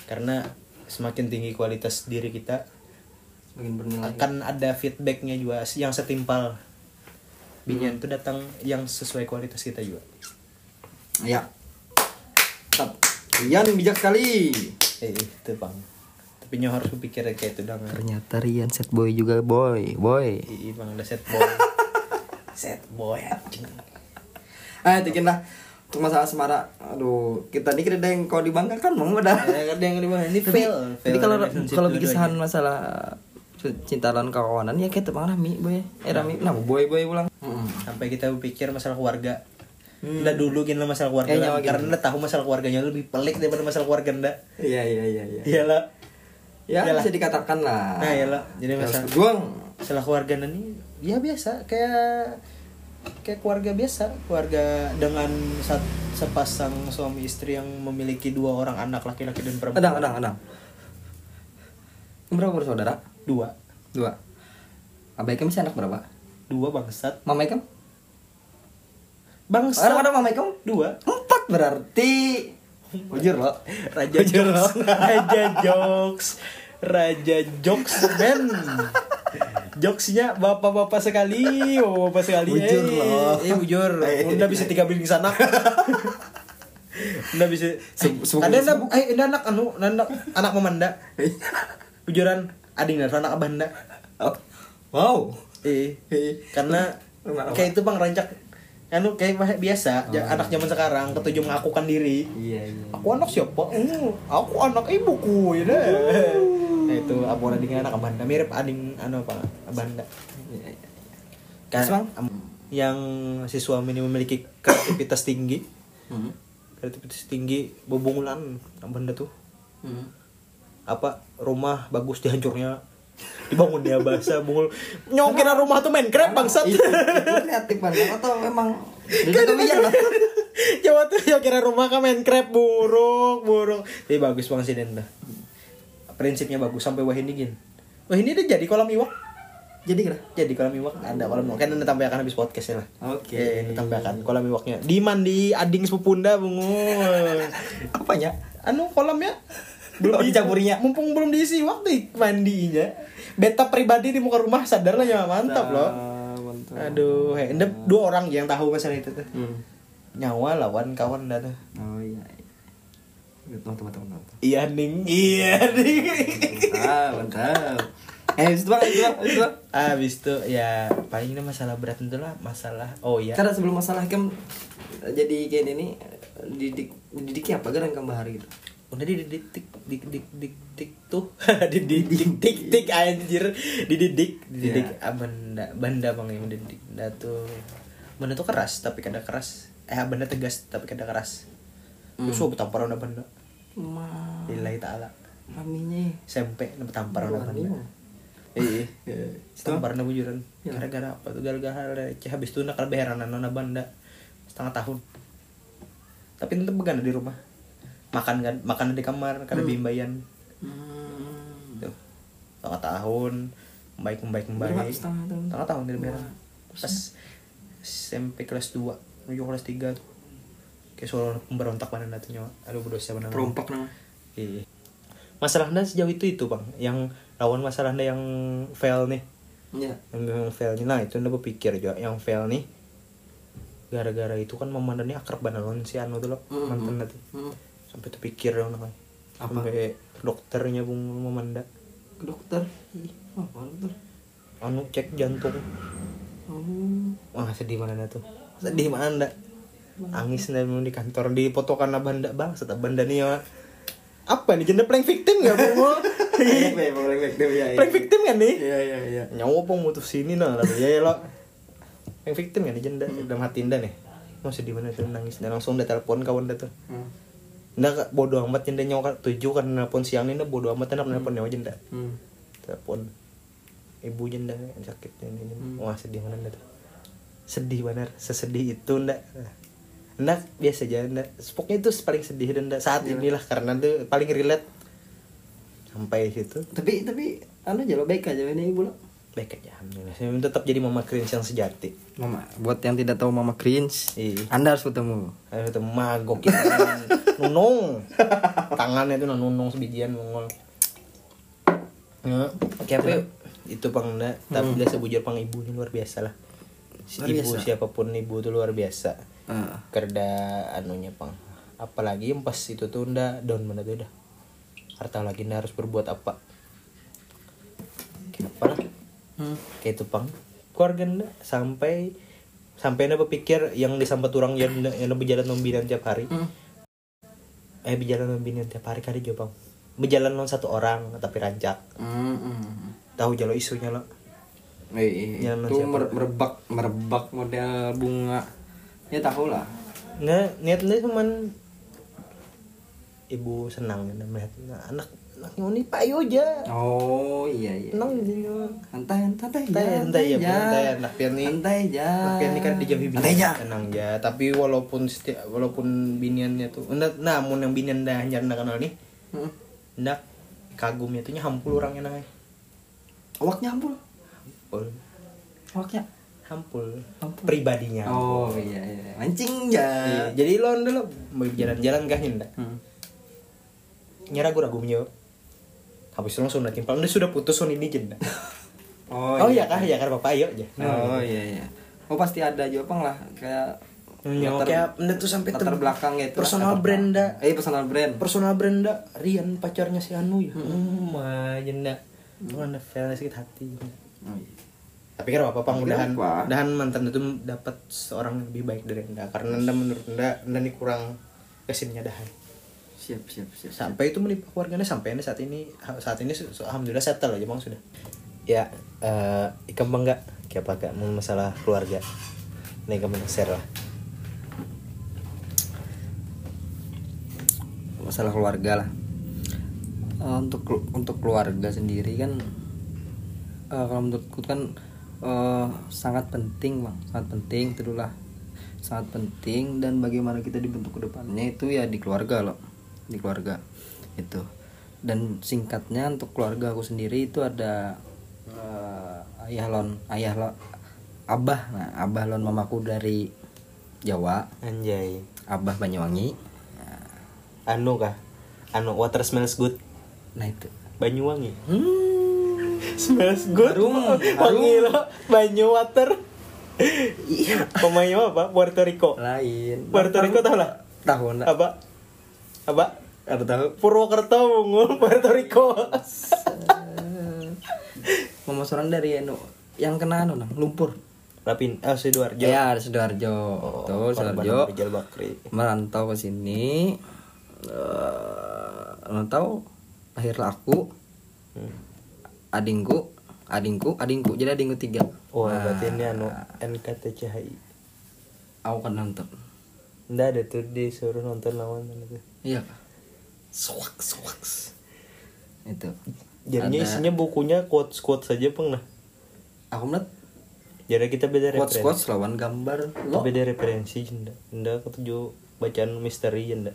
S2: Karena semakin tinggi kualitas diri kita,
S1: makin bernilai
S2: akan ada feedbacknya juga yang setimpal. Binyan itu datang yang sesuai kualitas kita juga.
S1: ya Tap. Rian bijak sekali
S2: Eh, itu bang. Tapi nyo harus berpikir kayak itu dong.
S1: ternyata Rian set boy juga boy boy
S2: Iya bang, udah set boy. set boy anjing.
S1: ah tikin lah untuk masalah Semara aduh kita nih kira ada yang kau dibanggakan mau ada
S2: Ada ada yang dimana ini
S1: tapi,
S2: Eh, fail.
S1: tapi
S2: fail
S1: kalau
S2: relationship
S1: kalau
S2: dua-duanya.
S1: bikisan masalah cinta lawan kawanan ya kita bang Rami boy eh Rami nah boy boy ulang
S2: sampai kita berpikir masalah keluarga.
S1: Hmm.
S2: Udah dulu gini lah masalah keluarga
S1: Eh,
S2: lah,
S1: nyawa gini.
S2: karena anda tahu masalah keluarganya lebih pelik daripada masalah keluarga anda.
S1: iya iya iya iya
S2: Iyalah.
S1: ya
S2: Iyalah.
S1: bisa dikatakan lah
S2: Nah, iyalah. Jadi
S1: Harus
S2: masalah-
S1: berjuang
S2: Masalah keluarga anda nih ya biasa kayak kayak keluarga biasa, keluarga dengan sat- sepasang suami istri yang memiliki dua orang anak laki-laki dan perempuan.
S1: adang adang adang berapa bersaudara
S2: Dua.
S1: dua abai kamu masih anak berapa
S2: Dua bangsat.
S1: mama kamu
S2: Bangsat.
S1: orang orang mama kamu
S2: Dua.
S1: empat berarti Ujur lo
S2: Raja jokes, Raja jokes, Raja jokes men. Jokesnya bapak-bapak sekali, bapak-bapak sekali.
S1: Bujur
S2: Eh,
S1: loh.
S2: Eh bujur.
S1: Eh.
S2: Unda bisa tiga bilik di sana. Unda bisa.
S1: Se- sebuk-
S2: Ada anak, eh ada anak anu, ada anak anak memanda. Bujuran, ading dan anak abanda.
S1: Oh. wow
S2: Eh,
S1: Eh.
S2: karena
S1: Rumah-rumah.
S2: kayak itu bang rancak anu kayak mah-
S1: Oh.
S2: biasa ja- anak zaman sekarang ketujuh mengakukan diri
S1: iya iya
S2: aku anak siapa? Hmm, aku anak ibuku ya deh. Nah, itu abu ading anak abanda mirip ading anu apa abanda.
S1: Iya, iya.
S2: Kan
S1: Terus, Bang?
S2: am- yang si suami ini memiliki kreativitas tinggi,
S1: Hmm.
S2: kreativitas tinggi bebungulan abanda tuh
S1: Hmm.
S2: apa rumah bagus dihancurnya dibangun dia bahasa bungul nyongkira rumah tuh Minecraft bangsat
S1: itu, itu kreatif banget atau memang Dia tuh iya lah.
S2: Jawa Kan tuh ya kira rumah kan main crab burung burung. Tapi bagus bang si Denda. Prinsipnya bagus sampai wah ini gin. Wah ini udah jadi kolam iwak.
S1: jadi kira
S2: Jadi kolam iwak ada kolam iwak kan nanti tampilkan habis podcastnya lah.
S1: Oke.
S2: Eh, nanti tampilkan kolam iwaknya. Di mandi ading sepupunda bungul.
S1: apanya
S2: anu kolamnya
S1: Oh,
S2: diisi.
S1: dicampurinya.
S2: Mumpung belum diisi waktu mandinya. Beta pribadi di muka rumah sadar lah ya mantap loh.
S1: mantap
S2: Aduh, eh, ini dua orang yang tahu masalah itu tuh
S1: hmm.
S2: nyawa lawan kawan dah tuh.
S1: oh iya iya. Tuh, tuh, tuh, tuh, tuh.
S2: Iya ning, iya ning.
S1: mantap mantap eh itu bang itu bang itu bang
S2: Abis itu ya paling ini masalah berat itu lah masalah oh ya
S1: karena sebelum masalah kem jadi kayak ini didik didiknya apa gara kamu bahari gitu
S2: udah dididik tik dik dik dik tik tuh dididik tik tik anjir dididik dididik
S1: Iya.
S2: ah, benda benda bang yang dididik benda tuh benda tuh keras tapi kada keras eh benda tegas tapi kada keras terus hmm. betampar udah benda
S1: ma
S2: lillahi taala
S1: maminya
S2: SMP na betampar udah
S1: Berani,
S2: benda
S1: Bang.
S2: iya
S1: Eh,
S2: Setampar na bujuran
S1: Ya.
S2: Gara-gara apa tuh Gara-gara receh Habis itu nakal beheranan nona banda Setengah tahun Tapi tetep begana di rumah Makan kan Makan di kamar Karena bimbayan
S1: hmm.
S2: Tuh Setengah tahun Baik membaik membaik
S1: Berapa setengah tahun?
S2: Setengah tahun gara beheran Pas SMP kelas 2 Menuju kelas 3 tuh Kayak kayak suara pemberontak pada nantinya aduh berdosa benar
S3: perompak
S1: nah.
S3: nama
S2: Iya. masalahnya sejauh itu itu bang yang lawan masalahnya yang fail nih
S3: Iya.
S2: yang, yang fail nih nah itu udah berpikir juga yang fail nih gara-gara itu kan memandangnya akrab banget lawan si Anu tuh loh
S3: Mm-mm.
S2: mantan nanti
S3: Hmm,
S2: sampai terpikir dong kan sampai dokternya bung memanda
S3: ke dokter Ih, apa dokter
S2: Anu cek jantung
S3: oh
S2: wah sedih mana dah tuh sedih mana anda angis dan di kantor dipotokan abah anda bang serta banda nih ya. apa nih janda prank victim nggak bung prank victim kan nih
S3: iya iya iya
S2: nyawa pong mutus sini nah tapi ya ya, lo yang victim kan janda dalam hati nda nih mau sedih mana sedih nangis dan langsung udah telepon kawan dah tuh
S3: Hmm.
S2: nda ka- bodoh amat janda nyawa ka- tujuh kan nelpon siang nih nda bodoh amat nda nelpon nyawa janda
S3: Hmm.
S2: telepon ibu jenda yang sakit ini ini. wah sedih mana nda tuh sedih bener sesedih itu nda nda biasa aja nda pokoknya itu paling sedih dan nda saat inilah karena tuh paling relate sampai situ
S3: tapi tapi anu aja lo baik aja ini ibu lo
S2: baik aja alhamdulillah saya tetap jadi mama cringe yang sejati
S1: Mama, buat yang tidak tahu Mama Cringe,
S2: Iya.
S1: Anda harus ketemu.
S2: ayo itu magok gitu nunung tangannya itu nunung sebijian mongol ya oke apa yuk? itu pang na tapi biasa bujur pang ibu ini luar biasa lah Si ibu siapapun ibu itu luar biasa
S1: Ah.
S2: kerda anunya pang apalagi yang pas itu tuh nda down mana tuh dah harta lagi nda harus berbuat apa kenapa lah
S3: Hmm,
S2: kayak itu pang keluarga nda sampai sampai nda berpikir yang disambat orang yang nda- yang nda berjalan nombinan tiap hari
S3: hmm,
S2: eh berjalan nombinan tiap hari kali juga pang berjalan non satu orang tapi rancak
S3: hmm,
S2: tahu jalo isunya lo
S1: Iya,
S2: Jalan
S1: itu
S2: siapa?
S1: mer- merebak merebak model bunga. Ya tahu lah.
S2: nah niatnya cuman ibu senang nda melihat nah, anak anaknya ini payo aja
S1: Oh iya
S3: Nah,
S1: iya.
S2: senang jadinya.
S1: Santai santai
S2: Santai,
S1: ya.
S2: santai ya,
S1: ya.
S2: santai, anak pian nih.
S1: Santai ya.
S2: Oke ini kan dijauhi binian
S1: Santai ya.
S2: tenang ya tapi walaupun setiap walaupun biniannya tuh nah, namun yang binian dah hanya ndak kenal nih ndak kagumnya tuh hampul orangnya nah
S1: Awak nyampul.
S2: hampul
S1: Awaknya.
S2: hampul pribadinya
S1: Oh iya iya. Mancing ya.
S2: Iya, jadi lo ndak lo mau jalan-jalan kah ndak
S1: Hmm.
S2: nyara gue ragunya habis itu langsung udah timpal udah sudah putus on ini jenda
S1: Oh,
S2: oh,
S1: iya.
S2: iya kah ya kan bapak ayo aja
S1: Oh iya iya. Oh pasti ada Jopang lah kayak
S2: Ya, kayak benda tuh sampai
S1: latar
S2: tem-
S1: belakang gitu.
S2: personal
S1: Latar
S2: brand,
S1: belakang. Eh personal brand.
S2: personal brand ndak Rian pacarnya si Anu ya hmm. jenda mana failnya sakit hati
S1: Oh, iya.
S2: tapi kan apa pang
S1: Tapi kan
S2: mudahan
S1: apa?
S2: mudahan mantan itu dapat seorang yang lebih baik dari anda karena anda menurut anda anda ini kurang kesinnya dahan
S1: Siap siap siap.
S2: sampai itu menimpa keluarganya sampai anda saat ini saat ini su- su- alhamdulillah settle aja bang sudah ya eh ikembang nggak kayak apa nggak masalah keluarga nih kamu share lah
S1: masalah keluarga lah Eh, untuk kelu- untuk keluarga sendiri kan eh, kalau menurutku kan eh, sangat penting bang sangat penting itulah sangat penting dan bagaimana kita dibentuk ke depannya itu ya di keluarga loh di keluarga itu dan singkatnya untuk keluarga aku sendiri itu ada eh, ayah lon ayah lo abah nah abah lon mamaku dari Jawa
S2: anjay
S1: abah Banyuwangi
S2: Anu kah Anu water smells good
S1: nah itu
S2: Banyuwangi Hmm. smells good
S1: Harum,
S2: wangi lo Banyu water iya pemainnya apa Puerto Rico
S1: lain
S2: Puerto Rico tau lah
S1: tahu enggak
S2: apa apa
S1: ada tahu
S2: Purwokerto Bungur Puerto Rico
S1: mama seorang dari anu yang kena anu nang lumpur
S2: Rapin eh Sidoarjo
S1: ya dari sidoarjo
S2: Oh,
S1: betul sidoarjo
S2: Rijal Bakri
S1: merantau ke sini Eh, merantau lahirlah aku
S2: Hmm.
S1: adingku adingku adingku jadi adingku tiga
S2: wah berarti ini anu NKTCHI
S1: aku kan nonton
S2: ndak ada tuh disuruh nonton lawan mana tuh
S1: iya Kak.
S2: swak swaks
S1: itu
S2: jadinya
S1: Ada-
S2: isinya bukunya quotes quotes saja peng nah
S1: aku melihat
S2: jadi kita beda
S1: quotes
S2: referensi
S1: quotes lawan gambar
S2: Kita
S1: lo
S2: beda referensi jenda jenda ketujuh bacaan misteri jenda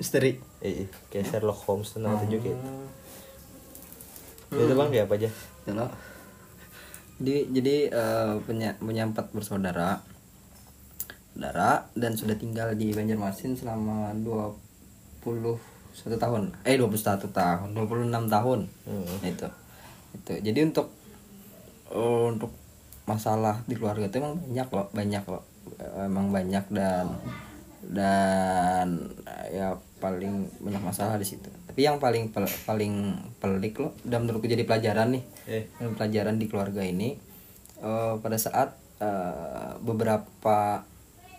S1: misteri
S2: eh eh,
S1: Hmm.
S2: kayak Sherlock Holmes tuh nah ketujuh gitu
S1: Hmm.
S2: itu bang kayak apa aja
S1: Halo. Jadi jadi eh, punya punya empat bersaudara. saudara dan sudah tinggal di Banjarmasin selama 21 tahun. Eh 21 tahun, 26 tahun. Nah, Itu. Itu. Jadi untuk eh, untuk masalah di keluarga itu emang banyak loh, banyak loh. Eh, Emang banyak dan dan eh, ya paling banyak masalah di situ. Tapi yang paling pel- paling pelik loh dan menurutku jadi pelajaran nih.
S2: Eh,
S1: Yang eh, Pelajaran di keluarga ini eh, pada saat eh, beberapa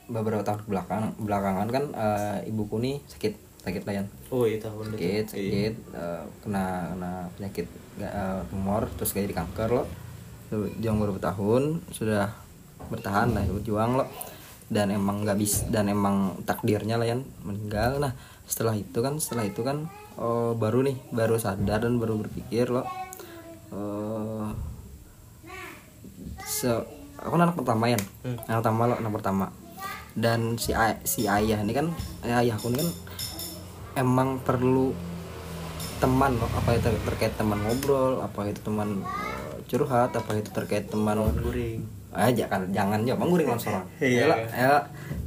S1: beberapa tahun belakangan belakangan kan eh, ibuku nih sakit sakit layan
S2: oh iya tahu bener.
S1: sakit sakit eh, kena kena penyakit eh, tumor terus kayak di kanker loh Tuh, juang baru tahun sudah bertahan lah ya, berjuang loh dan emang nggak bis dan emang takdirnya lah Yan, meninggal nah setelah itu kan setelah itu kan eh, baru nih baru sadar dan baru berpikir loh eh, se aku kan anak pertama ya anak pertama lo anak pertama dan si a- si ayah ini kan eh, ayahku ini kan emang perlu teman loh apa itu terkait teman ngobrol apa itu teman eh, curhat apa itu terkait teman
S2: guring
S1: Ah, jangan jangan ya mengguring langsung orang.
S2: Iya.
S1: Yalah, ya.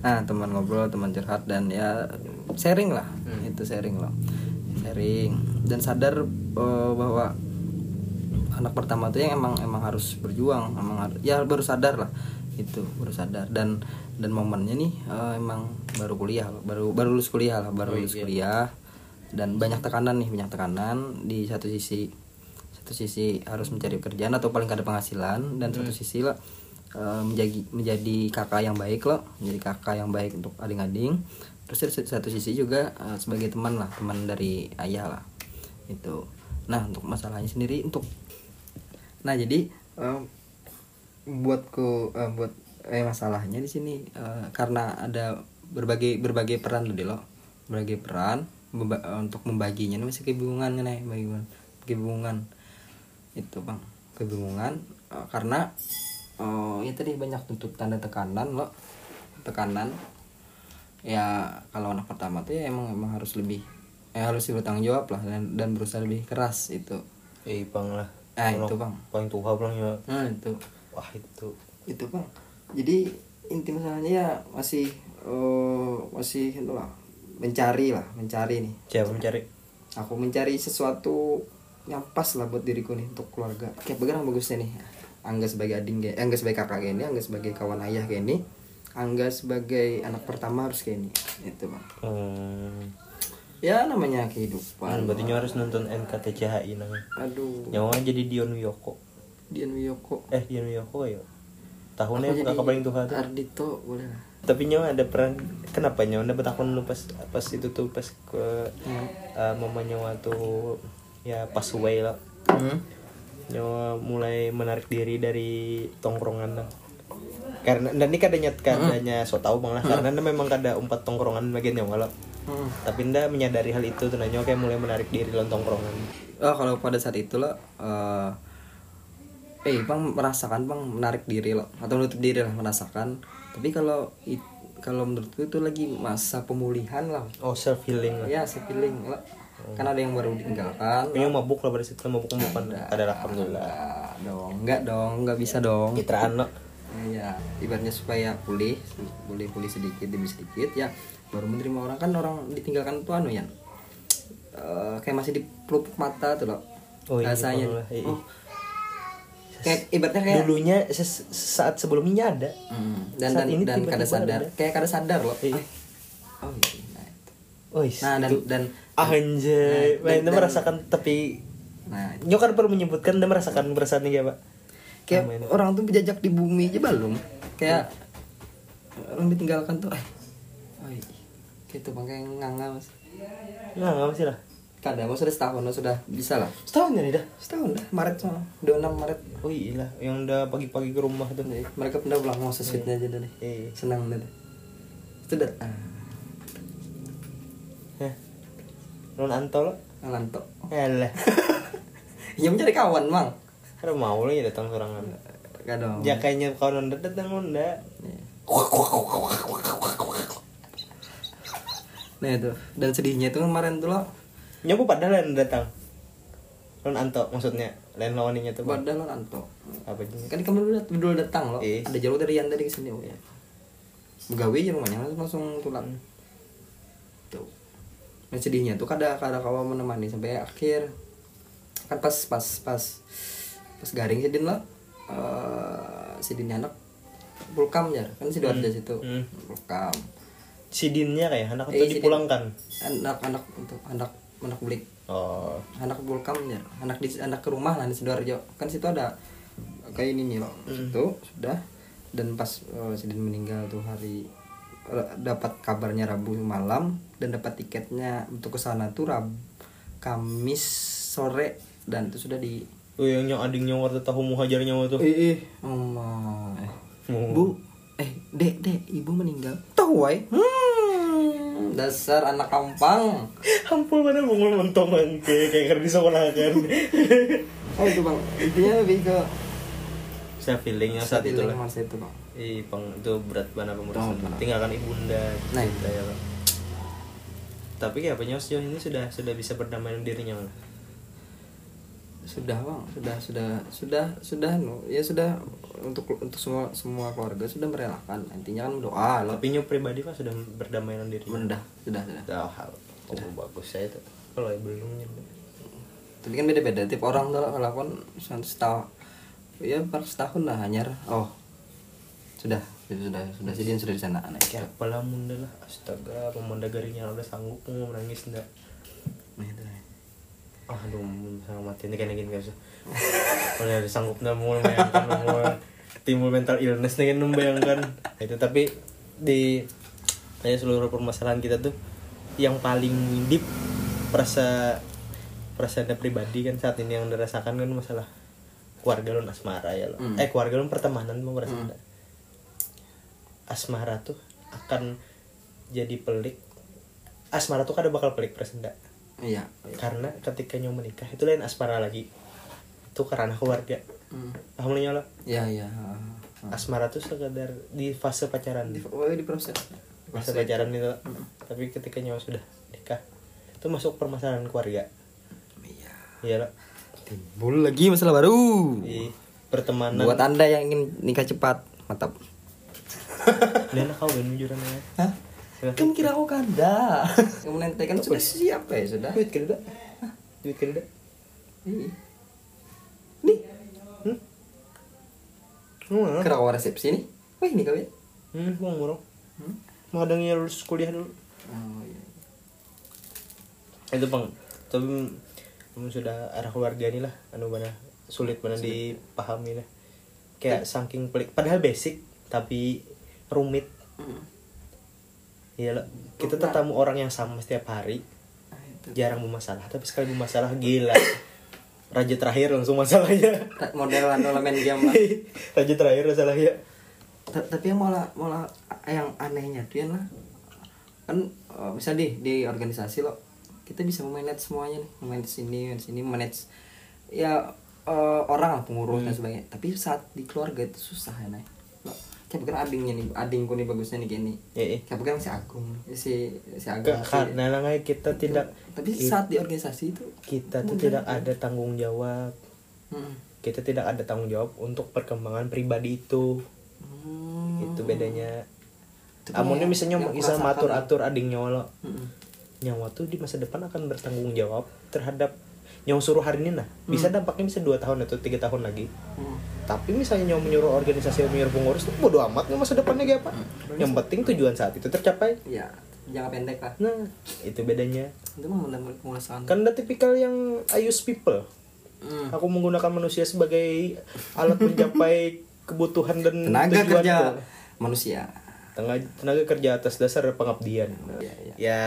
S1: Nah, teman ngobrol, teman curhat dan ya sharing lah.
S2: Hmm.
S1: Itu sharing loh. Sharing dan sadar eh, bahwa anak pertama tuh yang emang emang harus berjuang, emang har- ya baru sadar lah itu baru sadar dan dan momennya nih eh, emang baru kuliah loh, baru baru lulus kuliah lah
S2: Oh,
S1: baru lulus
S2: iya.
S1: kuliah dan banyak tekanan nih banyak tekanan di satu sisi satu sisi harus mencari pekerjaan atau paling kada penghasilan dan satu sisi lo eh, menjadi menjadi kakak yang baik lo menjadi kakak yang baik untuk ading-ading terus di satu sisi juga eh, sebagai teman lah teman dari ayah lah itu nah untuk masalahnya sendiri untuk nah jadi eh, buat ke eh, buat eh masalahnya di sini eh, karena ada berbagai berbagai peran loh lo berbagai peran memba- eh, untuk membaginya ini masih kebingungan nih kebingungan kebingungan itu bang kebingungan eh, karena eh, ya tadi banyak tuntutan dan tekanan lo tekanan ya kalau anak pertama tuh ya emang emang harus lebih eh, harus bertanggung jawab lah dan, dan berusaha lebih keras itu
S2: eh bang lah
S1: Ah, itu, Bang.
S2: paling tua bang ya
S1: nah itu
S2: wah itu
S4: itu Gitu, bang jadi inti masalahnya ya masih eh, masih itu lah mencari lah mencari nih
S2: siapa mencari
S4: aku mencari sesuatu yang pas lah buat diriku nih untuk keluarga kayak bagaimana bagusnya nih angga sebagai ading kayak angga sebagai kakak kayak ini angga sebagai kawan ayah kayak ini angga sebagai anak pertama harus kayak ini itu bang
S2: hmm.
S4: ya namanya kehidupan
S2: berarti nyo harus nonton NKTCHI nang
S4: aduh
S2: nyawa jadi Dion Wiyoko
S4: Dian Wiyoko
S2: eh Dion Wiyoko ya
S4: Aku
S2: tahunnya
S4: jadi
S2: kakak paling tua tuh
S4: Ardito boleh lah
S2: tapi nyawa ada peran kenapa nyawa ada bertakun lu pas pas itu tuh pas ke
S4: Hmm.
S2: eh, mama nyawa tuh ya pas away lah nyawa mulai menarik diri dari tongkrongan lah karena dan ini kadanya kadanya so tau bang lah karena ini memang kada empat tongkrongan bagian nyawa lah
S4: Hmm.
S2: tapi nda menyadari hal itu tuh nah, nyawa kayak mulai menarik diri lawan tongkrongan
S1: Oh, kalau pada saat itu lo eh eh bang merasakan bang menarik diri lo atau menutup diri lah merasakan tapi kalau it- kalau menurutku itu lagi masa pemulihan lah
S2: oh self healing lah
S1: ya sepiling lo kan ada yang baru ditinggalkan
S2: Nyawa mabuk lah pada situ mabuk mabukan ada alhamdulillah
S1: Ah, dong nggak dong nggak bisa dong
S2: citraan lah
S1: Iya, ibaratnya supaya pulih, boleh pulih sedikit demi sedikit ya. Baru menerima orang kan orang ditinggalkan tuh anu ya. kayak masih di pelupuk mata tuh loh.
S2: Oh, iya,
S1: rasanya.
S2: bener lah, iya.
S1: Oh. Kayak ibaratnya kayak
S2: dulunya ses- saat sebelumnya ada
S1: Mm, dan
S2: Saat
S1: dan
S2: ini
S1: dan
S2: tiba-tiba
S1: kada sadar,
S2: ada.
S1: kayak kada sadar loh.
S2: Iya.
S1: Ah, Oh, iya. Nah, itu.
S2: Wih,
S1: Nah, dan
S2: itu-
S1: dan
S2: anjay,
S1: Nah, dan-
S2: mainnya
S1: dan-
S2: merasakan tapi
S1: nah
S2: nyo kan perlu menyebutkan dan merasakan perasaannya kayak pak.
S1: kayak orang tuh jejak di bumi aja belum kayak
S2: Iya.
S1: orang ditinggalkan tuh eh oh, iya. gitu bang kayak nganga mas
S2: Nah, nggak sih lah.
S1: kada mau sudah Kan setahun lo sudah bisa lah
S2: Setahun ya dah.
S1: setahun dah Maret soalnya 26 Maret
S2: Oh iya lah, yang udah pagi-pagi ke rumah tuh.
S1: Jadi, mereka pindah pulang mau sesuitnya aja deh
S2: Iya.
S1: senang deh sudah ah,
S2: Heh. Non antol.
S1: ngelantok
S2: Alah,
S1: ya mencari kawan mang
S2: ada mau lah ya datang sorangan.
S1: Iya. kadang
S2: Ya kayaknya kalau nonda datang nonda.
S1: Iya. nah itu dan sedihnya itu kan kemarin tuh lo
S2: Nyoku pada lain datang. Non anto maksudnya lain lawannya tuh. Bang.
S1: badan lo ngantok
S2: Apa jenis?
S1: kan kamu dulu, dulu datang lo
S2: Iya.
S1: ada jalur dari yang dari sini oh ya begawe aja rumahnya langsung, langsung tulang tuh nah sedihnya tuh kada kada kawa menemani sampai akhir kan pas pas pas pas garing si Din lah eh, si Din anak pulkam ya kan si Dorja situ
S2: Hmm.
S1: pulkam
S2: si Dinnya kayak anak
S1: Eh,
S2: itu
S1: si Din.
S2: dipulangkan
S1: anak anak untuk anak anak belik
S2: oh
S1: anak pulkam ya anak di anak ke rumah lah di sidoarjo kan situ ada kayak ini nih loh situ sudah dan pas eh, si Din meninggal tuh hari eh, dapat kabarnya rabu malam dan dapat tiketnya untuk ke sana tuh rab kamis sore dan itu sudah di
S2: Oh yang nyawa ading nyawa warta tahu mau hajar nyawa tuh.
S1: Ih, Allah.
S2: Hmm.
S1: Iya. Bu, eh, dek, dek, ibu meninggal. Tahu wai? Hmm, dasar anak kampang.
S2: Hampul mana bungul mentong mangke kayak kerja sekolah kan.
S1: Oh itu bang, intinya lebih ke
S2: Saya feeling yang saat itu
S1: feeling
S2: lah.
S1: masa itu bang.
S2: Ih, peng itu berat banget
S1: Tahu,
S2: pemurus.
S1: benar.
S2: Tinggalkan ibunda,
S1: Nah.
S2: cinta ya Bang. Tapi kayak penyos sejauh ini sudah sudah bisa berdamai dengan dirinya Bang.
S1: Sudah bang, sudah, sudah, sudah, sudah, no. ya sudah untuk untuk semua semua keluarga sudah merelakan. Intinya kan doa lah.
S2: Tapi nyu pribadi kan sudah berdamai dengan dirinya.
S1: Sudah, sudah, sudah.
S2: Dah, hal. Oh, bagus saya itu. Kalau yang belum ya.
S1: Tapi kan beda-beda tiap orang tuh lah, kalau kan setahun ya per setahun lah hanyar. Oh, sudah, sudah, sudah, sih dia sudah di sana Nah, gitu. anak.
S2: Kayak apalah munda lah. Astaga, pemonda garingnya udah sanggup mau menangis ndak.
S1: Nah, itu lah.
S2: aduh sama mati ini kayaknya gini gak bisa udah ada sanggup nggak mau membayangkan mau timbul mental illness nih kan membayangkan itu tapi di hanya seluruh permasalahan kita tuh yang paling deep perasa perasaan pribadi kan saat ini yang dirasakan kan masalah keluarga lo asmara ya lo eh keluarga lo pertemanan mau perasaan asmara tuh akan jadi pelik asmara tuh kada bakal pelik perasaan ndak?
S1: Iya.
S2: karena ketika nyawa menikah itu lain asmara lagi itu karena keluarga paham lo nyola
S1: Iya, iya.
S2: asmara tuh sekedar di fase pacaran
S1: Di, oh, di proses.
S2: fase pacaran itu tapi ketika nyawa sudah nikah itu masuk permasalahan keluarga
S1: Iya.
S2: iya lo
S1: Timbul lagi masalah baru.
S2: di pertemanan
S1: Buat Anda yang ingin nikah cepat, mantap.
S2: dan kau ben jujuran ya
S1: Hah?
S2: Silakan.
S1: Kan kira aku kanda. Yang menentekan sudah siap ya, sudah.
S2: duit kerja duit kerja
S1: Ih,
S2: hmm
S1: Kira aku resepsi nih. Wah, ini kau ya?
S2: hmm bang murong
S1: Hmm?
S2: mau adanya lulus kuliah dulu
S1: Oh, iya.
S2: itu bang tapi kamu sudah arah keluarga nih lah anu mana sulit mana dipahami lah kayak saking pelik padahal basic tapi rumit
S1: Hmm.
S2: ya kita ketemu orang yang sama setiap hari
S1: Ah, itu.
S2: jarang bermasalah tapi sekali bermasalah gila raja terakhir langsung masalahnya
S1: Ta- Model anu lah main game lah.
S2: raja terakhir ya. masalahnya
S1: Ta- Tapi yang malah malah yang anehnya tuh ya lah. Kan eh, bisa deh di organisasi lo kita bisa memanage semuanya nih, memanage sini, manage sini, manage ya eh, orang lah, pengurus dan sebagainya. Tapi saat di keluarga itu susah ya, Nay. Lo, kayak bukan adingnya nih, adingku nih bagusnya nih gini.
S2: ya, ya.
S1: Kayak bukan kan si Agung, eh, si si Agung. si-
S2: karena lah, Ngai, kita tidak
S1: Tapi saat di organisasi itu
S2: kita tuh tidak ada tanggung jawab
S1: hmm.
S2: kita tidak ada tanggung jawab untuk perkembangan pribadi itu
S1: Hmm.
S2: itu Gitu bedanya
S1: Itu
S2: amunnya
S1: kayak
S2: misalnya
S1: yang kan.
S2: bisa
S1: merasakan
S2: matur atur ading nyawa lo
S1: Mm-mm.
S2: nyawa tuh di masa depan akan bertanggung jawab terhadap nyawa suruh hari ini nah bisa dampaknya bisa dua tahun atau tiga tahun lagi
S1: Hmm.
S2: tapi misalnya nyawa menyuruh organisasi menyuruh pengurus tuh bodo amat nggak masa depannya kayak apa yang penting tujuan saat itu tercapai
S1: Ya, jangka pendek lah.
S2: nah itu bedanya
S1: Itu mah benar-benar penguasaan.
S2: kan ada tipikal yang I use people
S1: Hmm.
S2: aku menggunakan manusia sebagai alat mencapai kebutuhan dan
S1: tenaga
S2: tujuan
S1: kerja
S2: itu.
S1: manusia
S2: tenaga, tenaga kerja atas dasar pengabdian
S1: Iya, iya.
S2: ya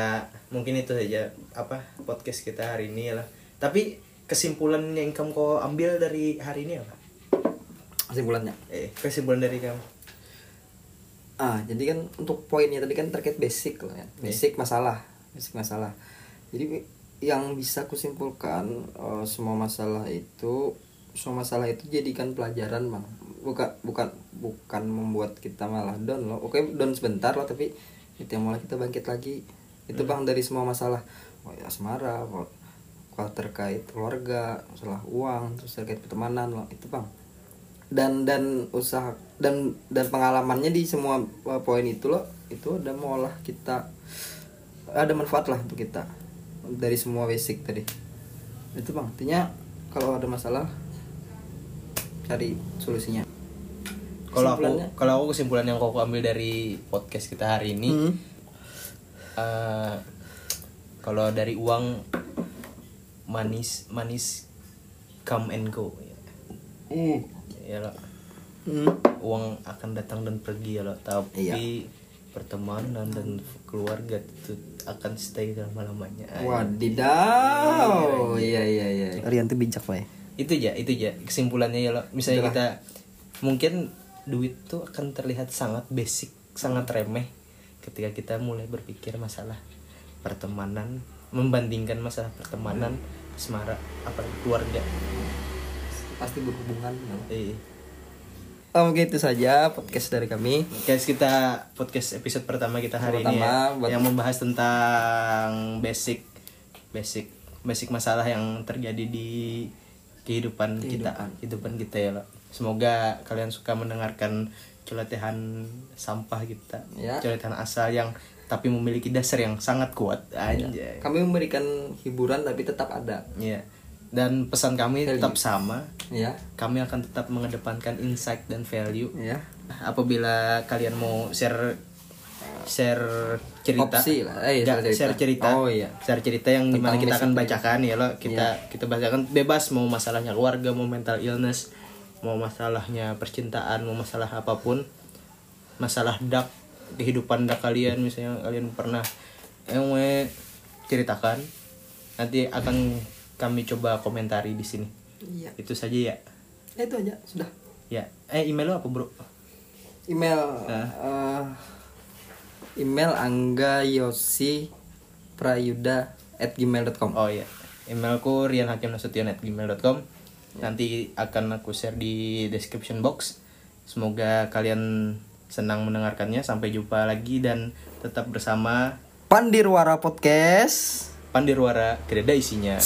S2: mungkin itu saja apa podcast kita hari ini lah tapi kesimpulan yang kamu kau ambil dari hari ini apa
S1: kesimpulannya
S2: eh kesimpulan dari kamu
S1: ah jadi kan untuk poinnya tadi kan terkait basic lah ya basic masalah basic masalah jadi yang bisa kusimpulkan eh, semua masalah itu semua masalah itu jadikan pelajaran bang bukan bukan bukan membuat kita malah down loh oke down sebentar lah tapi itu yang malah kita bangkit lagi itu bang dari semua masalah oh, ya, asmara mau- kalau terkait keluarga masalah uang terus terkait pertemanan loh itu bang dan dan usaha dan dan pengalamannya di semua uh, poin itu loh itu ada mengolah kita eh, ada manfaat lah untuk kita dari semua basic tadi itu bang artinya kalau ada masalah cari solusinya
S2: Kalau aku
S1: Kesimpulannya?
S2: kalau aku kesimpulan yang aku ambil dari podcast kita hari ini
S1: Hmm.
S2: eh, kalau dari uang manis manis come and go ya.
S5: Uh.
S2: Ya loh.
S1: Hmm.
S2: Uang akan datang dan pergi ya loh, tapi
S1: Iya.
S2: pertemanan dan keluarga itu akan stay lama-lamanya.
S1: wadidaw iya iya iya
S5: Rian tuh bijak pak ya
S2: itu aja itu aja kesimpulannya ya lo misalnya kita mungkin duit tuh akan terlihat sangat basic sangat remeh ketika kita mulai berpikir masalah pertemanan membandingkan masalah pertemanan asmara apalagi keluarga
S1: pasti berhubungan
S2: eh
S1: oh gitu saja podcast dari kami
S2: guys kita podcast episode pertama kita hari ini ya,
S1: Pertama, buat-
S2: yang membahas tentang basic basic basic masalah yang terjadi di kehidupan, kita kehidupan kita ya lo. semoga kalian suka mendengarkan celotehan sampah kita
S1: Ya.
S2: celotehan asal yang tapi memiliki dasar yang sangat kuat
S1: Ya.
S2: aja
S1: kami memberikan hiburan tapi tetap ada
S2: Ya. dan pesan kami tetap sama
S1: ya
S2: kami akan tetap mengedepankan insight dan value
S1: ya
S2: apabila kalian mau share share cerita
S1: Opsi lah. Eh, share
S2: Nggak,
S1: cerita.
S2: share cerita
S1: Oh, iya.
S2: share cerita yang dimana kita akan bacakan ya lo kita kita bacakan bebas mau masalahnya keluarga mau mental illness mau masalahnya percintaan mau masalah apapun masalah dak kehidupan dak kalian misalnya kalian pernah ewe ceritakan nanti akan kami coba komentari di sini
S1: Iya.
S2: itu saja ya
S1: Ya, itu aja sudah
S2: ya eh email lo apa bro
S1: email
S2: Nah.
S1: eh, email angga yosi prayuda at gmail.com
S2: Oh iya, emailku rianhakimnasution@gmail.com. Nanti akan aku share di description box. Semoga kalian senang mendengarkannya. Sampai jumpa lagi dan tetap bersama
S1: Pandirwara Podcast
S2: Pandirwara Kereda Isinya.